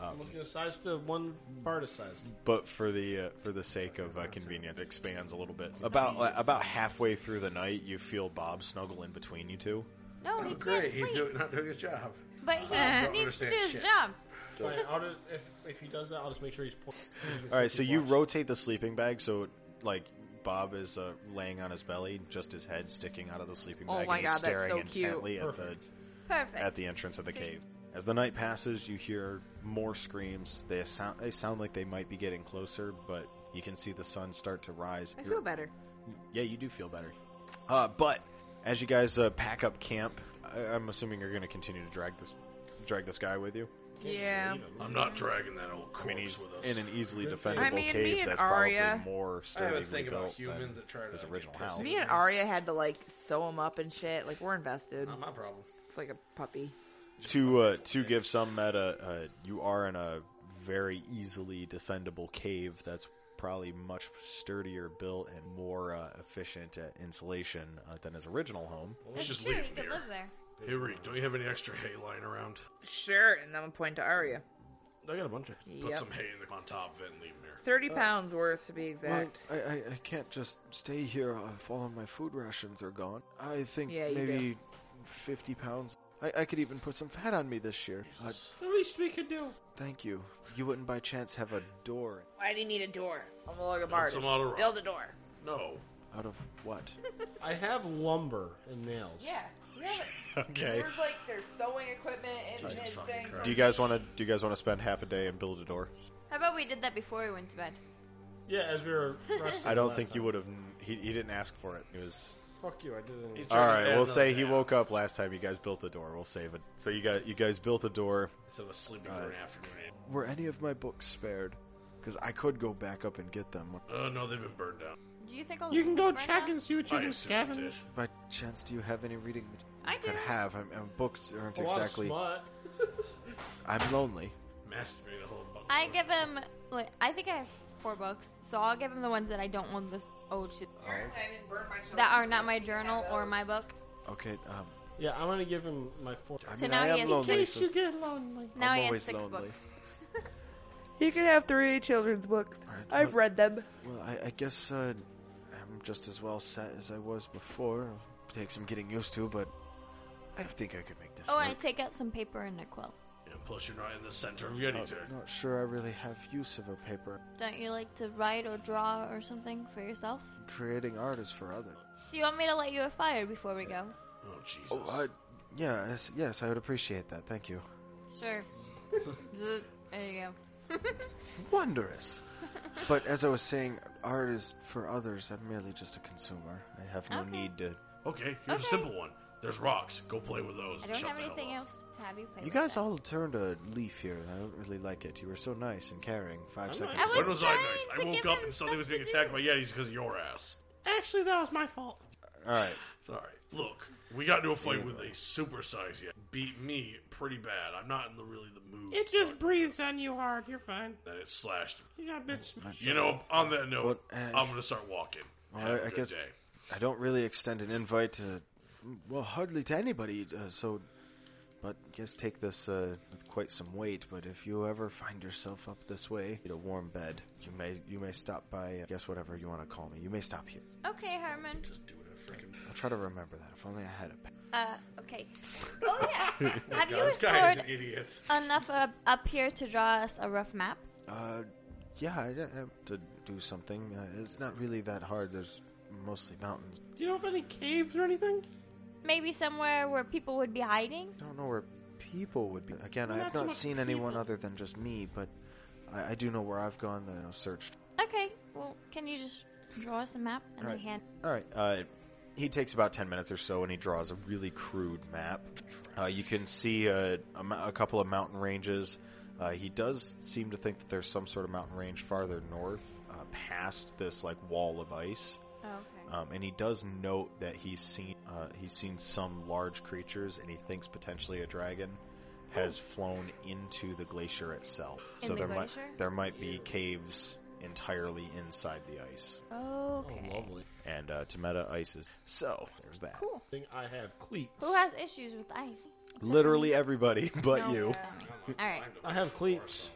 E: I'm just gonna size to one part of size.
C: but for the uh, for the sake of uh, convenience, it expands a little bit. About uh, about halfway through the night, you feel Bob snuggle in between you two.
F: no, he
H: Great,
F: can't
H: he's
F: sleep.
H: doing, not doing his job.
F: but he needs to
H: understand
F: do his
H: shit.
F: job.
E: Fine, I'll just, if if he does that, I'll just make sure he's. Po-
C: All right, so you rotate the sleeping bag, so like Bob is uh, laying on his belly, just his head sticking out of the sleeping
D: Oh
C: bag,
D: my
C: and he's
D: God, that's
C: staring
D: so cute.
C: intently at the
E: Perfect.
F: Perfect.
C: at the entrance of the
F: Sweet.
C: cave. As the night passes, you hear more screams. They sound they sound like they might be getting closer, but you can see the sun start to rise.
D: I
C: You're-
D: feel better.
C: yeah, you do feel better. Uh, but as you guys uh, pack up camp, I- I'm assuming you're going to continue to drag this drag this guy with you.
D: Yeah.
G: I'm not dragging that old
C: I mean,
G: corpse
C: he's
G: with us.
C: in an easily defendable
D: I mean, me
C: cave
D: and
C: that's
D: Arya-
C: probably more
H: I have
C: sturdy
H: a thing about
C: rebuilt
H: humans
C: than
H: that try to
C: his
H: get
C: original
H: pissed.
C: house.
D: Me and Arya had to like sew him up and shit. Like we're invested.
H: Not my problem.
D: It's like a puppy.
C: to uh, to give some meta, uh, you are in a very easily defendable cave that's probably much sturdier built and more uh, efficient at insulation uh, than his original home.
G: Let's
F: That's
G: just
F: true.
G: leave
F: He
G: him
F: could
G: here.
F: live there.
G: Hey, Reek, don't you have any extra hay lying around?
D: Sure, and then I'm gonna point to Arya.
E: I got a bunch of.
G: Put
D: Yep.
G: some hay in the, on top of it and leave him here.
D: Thirty pounds worth to be exact.
C: I, I, I can't just stay here uh, if all of my food rations are gone. I think
D: Yeah, you maybe
C: 50 pounds. I, I could even put some fat on me this year. Uh,
E: The least we could do.
C: thank you. You wouldn't by chance have a door
B: Why do you need a door?
D: I'm gonna look at
G: Build some auto
D: Bardus.
G: rock.
D: Build a door.
G: No.
C: out of what?
E: I have lumber and nails.
D: Yeah. yeah
C: okay.
D: There's like there's sewing equipment and, and things.
C: Do you guys want to do you guys want to spend half a day and build a door?
F: How about we did that before we went to bed?
E: Yeah, as we were resting.
C: I don't
E: last
C: think you
E: time.
C: would have he, he didn't ask for it. It was
E: Fuck you. I didn't.
C: All
H: Turned it
C: right,
H: down
C: we'll say
H: another
C: he
H: day.
C: woke up last time you guys built the door. We'll save it. So you guys you guys built a door.
H: Instead of sleeping for an afternoon.
C: Were any of my books spared? Cuz I could go back up and get them.
G: Uh, no, they've been burned down.
F: Do you think I'll
I: You can go
F: spread
I: check
F: out?
I: and see what you
G: I
I: can
G: assume they
I: scavenge.
G: did.
C: By chance, do you have any reading
F: I do.
C: have? I mean, books aren't
E: A lot of smut.
C: I'm lonely.
G: Masturbate the whole bunch.
F: I give him. Like, I think I have four books, so I'll give him the ones that I don't own the old shit
C: Oh,
D: I didn't burn my
F: that are not my journal or my book.
C: Okay, um,
E: Yeah, I'm gonna give him my four.
C: I
F: So now he has- In
I: In case you get lonely.
F: Now he has
C: always
F: six
C: lonely.
F: books.
D: You can have three children's books. I've read them.
C: well, I, I guess uh, I'm just as well set as I was before. Take some getting used to, but I think I could make this.
F: Oh, and I
C: work.
F: take out some paper and a quill.
G: Yeah, plus, you're not in the center of
C: Oh.
G: Yeti Tech.
C: Not sure I really have use of a paper.
F: Don't you like to write or draw or something for yourself?
C: Creating art is for others.
F: Do you want me to light you a fire before we go?
G: Oh, Jesus.
C: Oh, I, yeah, yes, yes, I would appreciate that. Thank you.
F: Sure. there you go.
C: Wondrous. but as I was saying, art is for others. I'm merely just a consumer. I have no
F: Okay.
C: need to.
G: Okay, here's
F: Okay.
G: a simple one. There's rocks. Go play with those.
F: I
G: and
F: don't
G: shut
F: have
G: the hell
F: anything
G: up.
F: else to have you play
C: You
F: with
C: guys
F: then.
C: all turned a leaf here, and I don't really like it. You were so nice and caring. 5
E: I'm not-
C: seconds.
F: I was
G: When was I
F: trying
G: nice?
F: to
G: I woke
F: give
G: up
F: him
G: and suddenly was
F: stuff
G: being
F: to
G: attacked
F: do.
G: by Yetis because of your ass.
I: Actually, that was my fault.
C: All right.
G: Sorry. Look, we got into a fight with a supersize yet. Beat me pretty bad. I'm not in the really the mood.
I: It
G: to
I: just
G: talk
I: breathes
G: this.
I: on you hard. You're fine.
G: Then it slashed. me.
I: You got
H: Oh,
I: bitch smashed.
G: You know, on that note,
C: But, uh,
G: I'm gonna start walking.
C: Well,
G: Have a
C: I, I
G: good
C: guess
G: day.
C: I don't really extend an invite to, well, hardly to anybody. Uh, so, but I guess take this uh, with quite some weight. But if you ever find yourself up this way, need a warm bed, you may you may stop by. I guess whatever you want to call me, you may stop here.
F: Okay, Herman.
C: I'll try to remember that. If only I had a. pen.
F: Uh, okay. Oh yeah. Have you
H: God, this guy is
F: explored
H: an idiot.
F: enough up, up here to draw us a rough map?
C: Uh, yeah, I, I have to do something. Uh, it's not really that hard. There's mostly mountains.
I: Do you know of any caves or anything?
F: Maybe somewhere where people would be hiding.
C: I don't know where people would be. Again,
I: Well,
C: I've
I: not so
C: not
I: much
C: seen anyone
I: people.
C: other than just me, but I, I do know where I've gone. That I've searched.
F: Okay. Well, can you just draw us a map and
C: Alright.
F: we hand?
C: All right. Uh, he takes about 10 minutes or so and he draws a really crude map. Uh, you can see a, a, mou- a couple of mountain ranges. Uh, he does seem to think that there's some sort of mountain range farther north, uh, past this like wall of ice.
F: Okay.
C: Um, and he does note that he's seen uh, he's seen some large creatures, and he thinks potentially a dragon has flown into the glacier itself.
F: In
C: so
F: the
C: there
F: glacier?
C: might there might be caves entirely inside the ice, Oh,
F: okay.
C: and uh, Temeta ice is so there's that.
F: Cool.
E: Thing I have cleats.
F: Who has issues with ice?
C: Literally everybody but
F: No.
C: you.
F: All right.
E: I have cleats.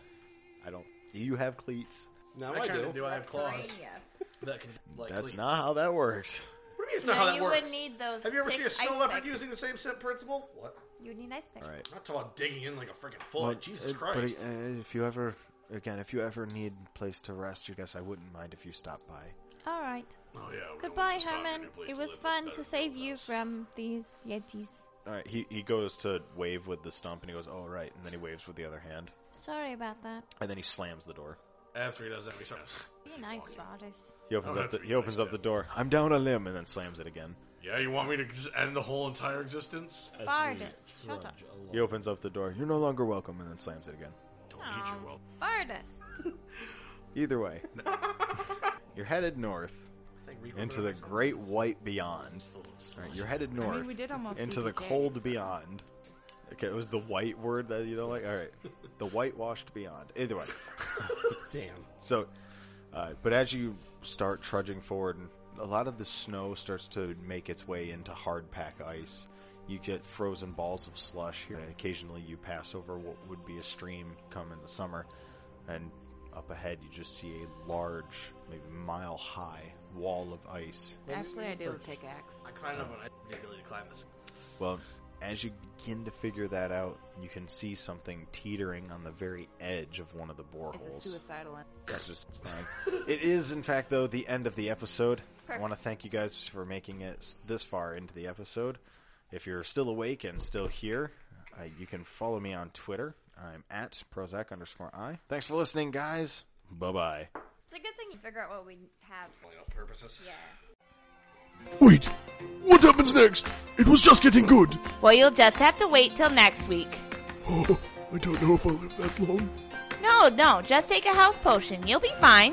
C: I don't. Do you have cleats?
E: Now
H: I
E: I
H: kind
E: do.
H: of do. I have claws.
D: Brain, yes.
H: That can, like,
C: That's
H: cleats.
C: not how that works.
H: What do you mean it's
F: No,
H: not how that
F: you
H: works?
F: would need those.
H: Have you ever
F: thick
H: seen a snow
F: ice
H: leopard
F: picks.
H: using the same set principle? What?
F: You would need ice picks.
C: All right.
H: I'm not talking about digging in like a freaking foot.
C: Well,
H: Jesus
C: uh,
H: Christ.
C: But uh, if you ever, again, if you ever need place to rest, I guess I wouldn't mind if you stop by.
F: All right.
G: Oh yeah. we
F: Goodbye,
G: just found a
F: Herman.
G: new place
F: It
G: to live.
F: was
G: It's
F: fun
G: better
F: to
G: than
F: save
G: our
F: you
G: house.
F: from these yetis.
C: All right, he, he goes to wave with the stump, and he goes, "All right," and then he waves with the other hand,
F: Sorry about that.
C: and then he slams the door.
H: After he does that, we start.
F: Be nice about us.
C: He opens
G: Oh,
C: up the
G: that's
C: he opens up the door. I'm down a limb, and then slams it again.
G: Yeah, you want me to just end the whole entire existence?
F: Bardus, shut up.
C: He opens up the door. You're no longer welcome, and then slams it again.
G: Don't need
F: Aw.
G: your well.
F: Bardus.
C: Either way, you're headed north into the great white beyond. All right, you're headed north
D: we did almost
C: into
D: do
C: the
D: the J,
C: cold beyond. Okay, it was the white word that you don't like. All right, the whitewashed beyond. Either way.
E: Damn.
C: So, uh, but as you start trudging forward, a lot of the snow starts to make its way into hard pack ice. You get frozen balls of slush. Here. Occasionally, you pass over what would be a stream come in the summer, and up ahead, you just see a large, maybe mile high wall of ice.
D: Actually, I did with pickaxe.
H: I climbed up and I the ability to climb this.
C: Well, as you begin to figure that out, you can see something teetering on the very edge of one of the boreholes.
D: It's a suicidal. in-
C: That's just it's fine. it is, in fact, though, the end of the episode. I want to thank you guys for making it s- this far into the episode. If you're still awake and still here, uh, you can follow me on Twitter. I'm at Prozac underscore I. Thanks for listening, guys. Bye bye.
F: It's a good thing you figure out what we have.
H: Purposes.
F: Yeah.
A: Wait, what happens next? It was just getting good.
B: Well, you'll just have to wait till next week.
A: Oh, I don't know if I'll live that long.
B: No, no, just take a health potion. You'll be fine.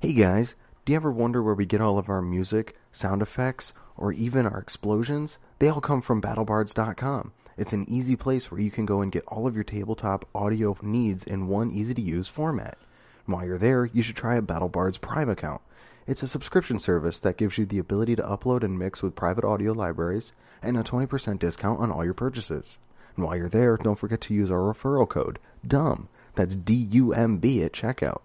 C: Hey guys, do you ever wonder where we get all of our music, sound effects, or even our explosions? They all come from battlebards.com. It's an easy place where you can go and get all of your tabletop audio needs in one easy to use format. And while you're there, you should try a BattleBards Prime account. It's a subscription service that gives you the ability to upload and mix with private audio libraries and a 20% discount on all your purchases. And while you're there, don't forget to use our referral code, DUMB. That's D U M B at checkout.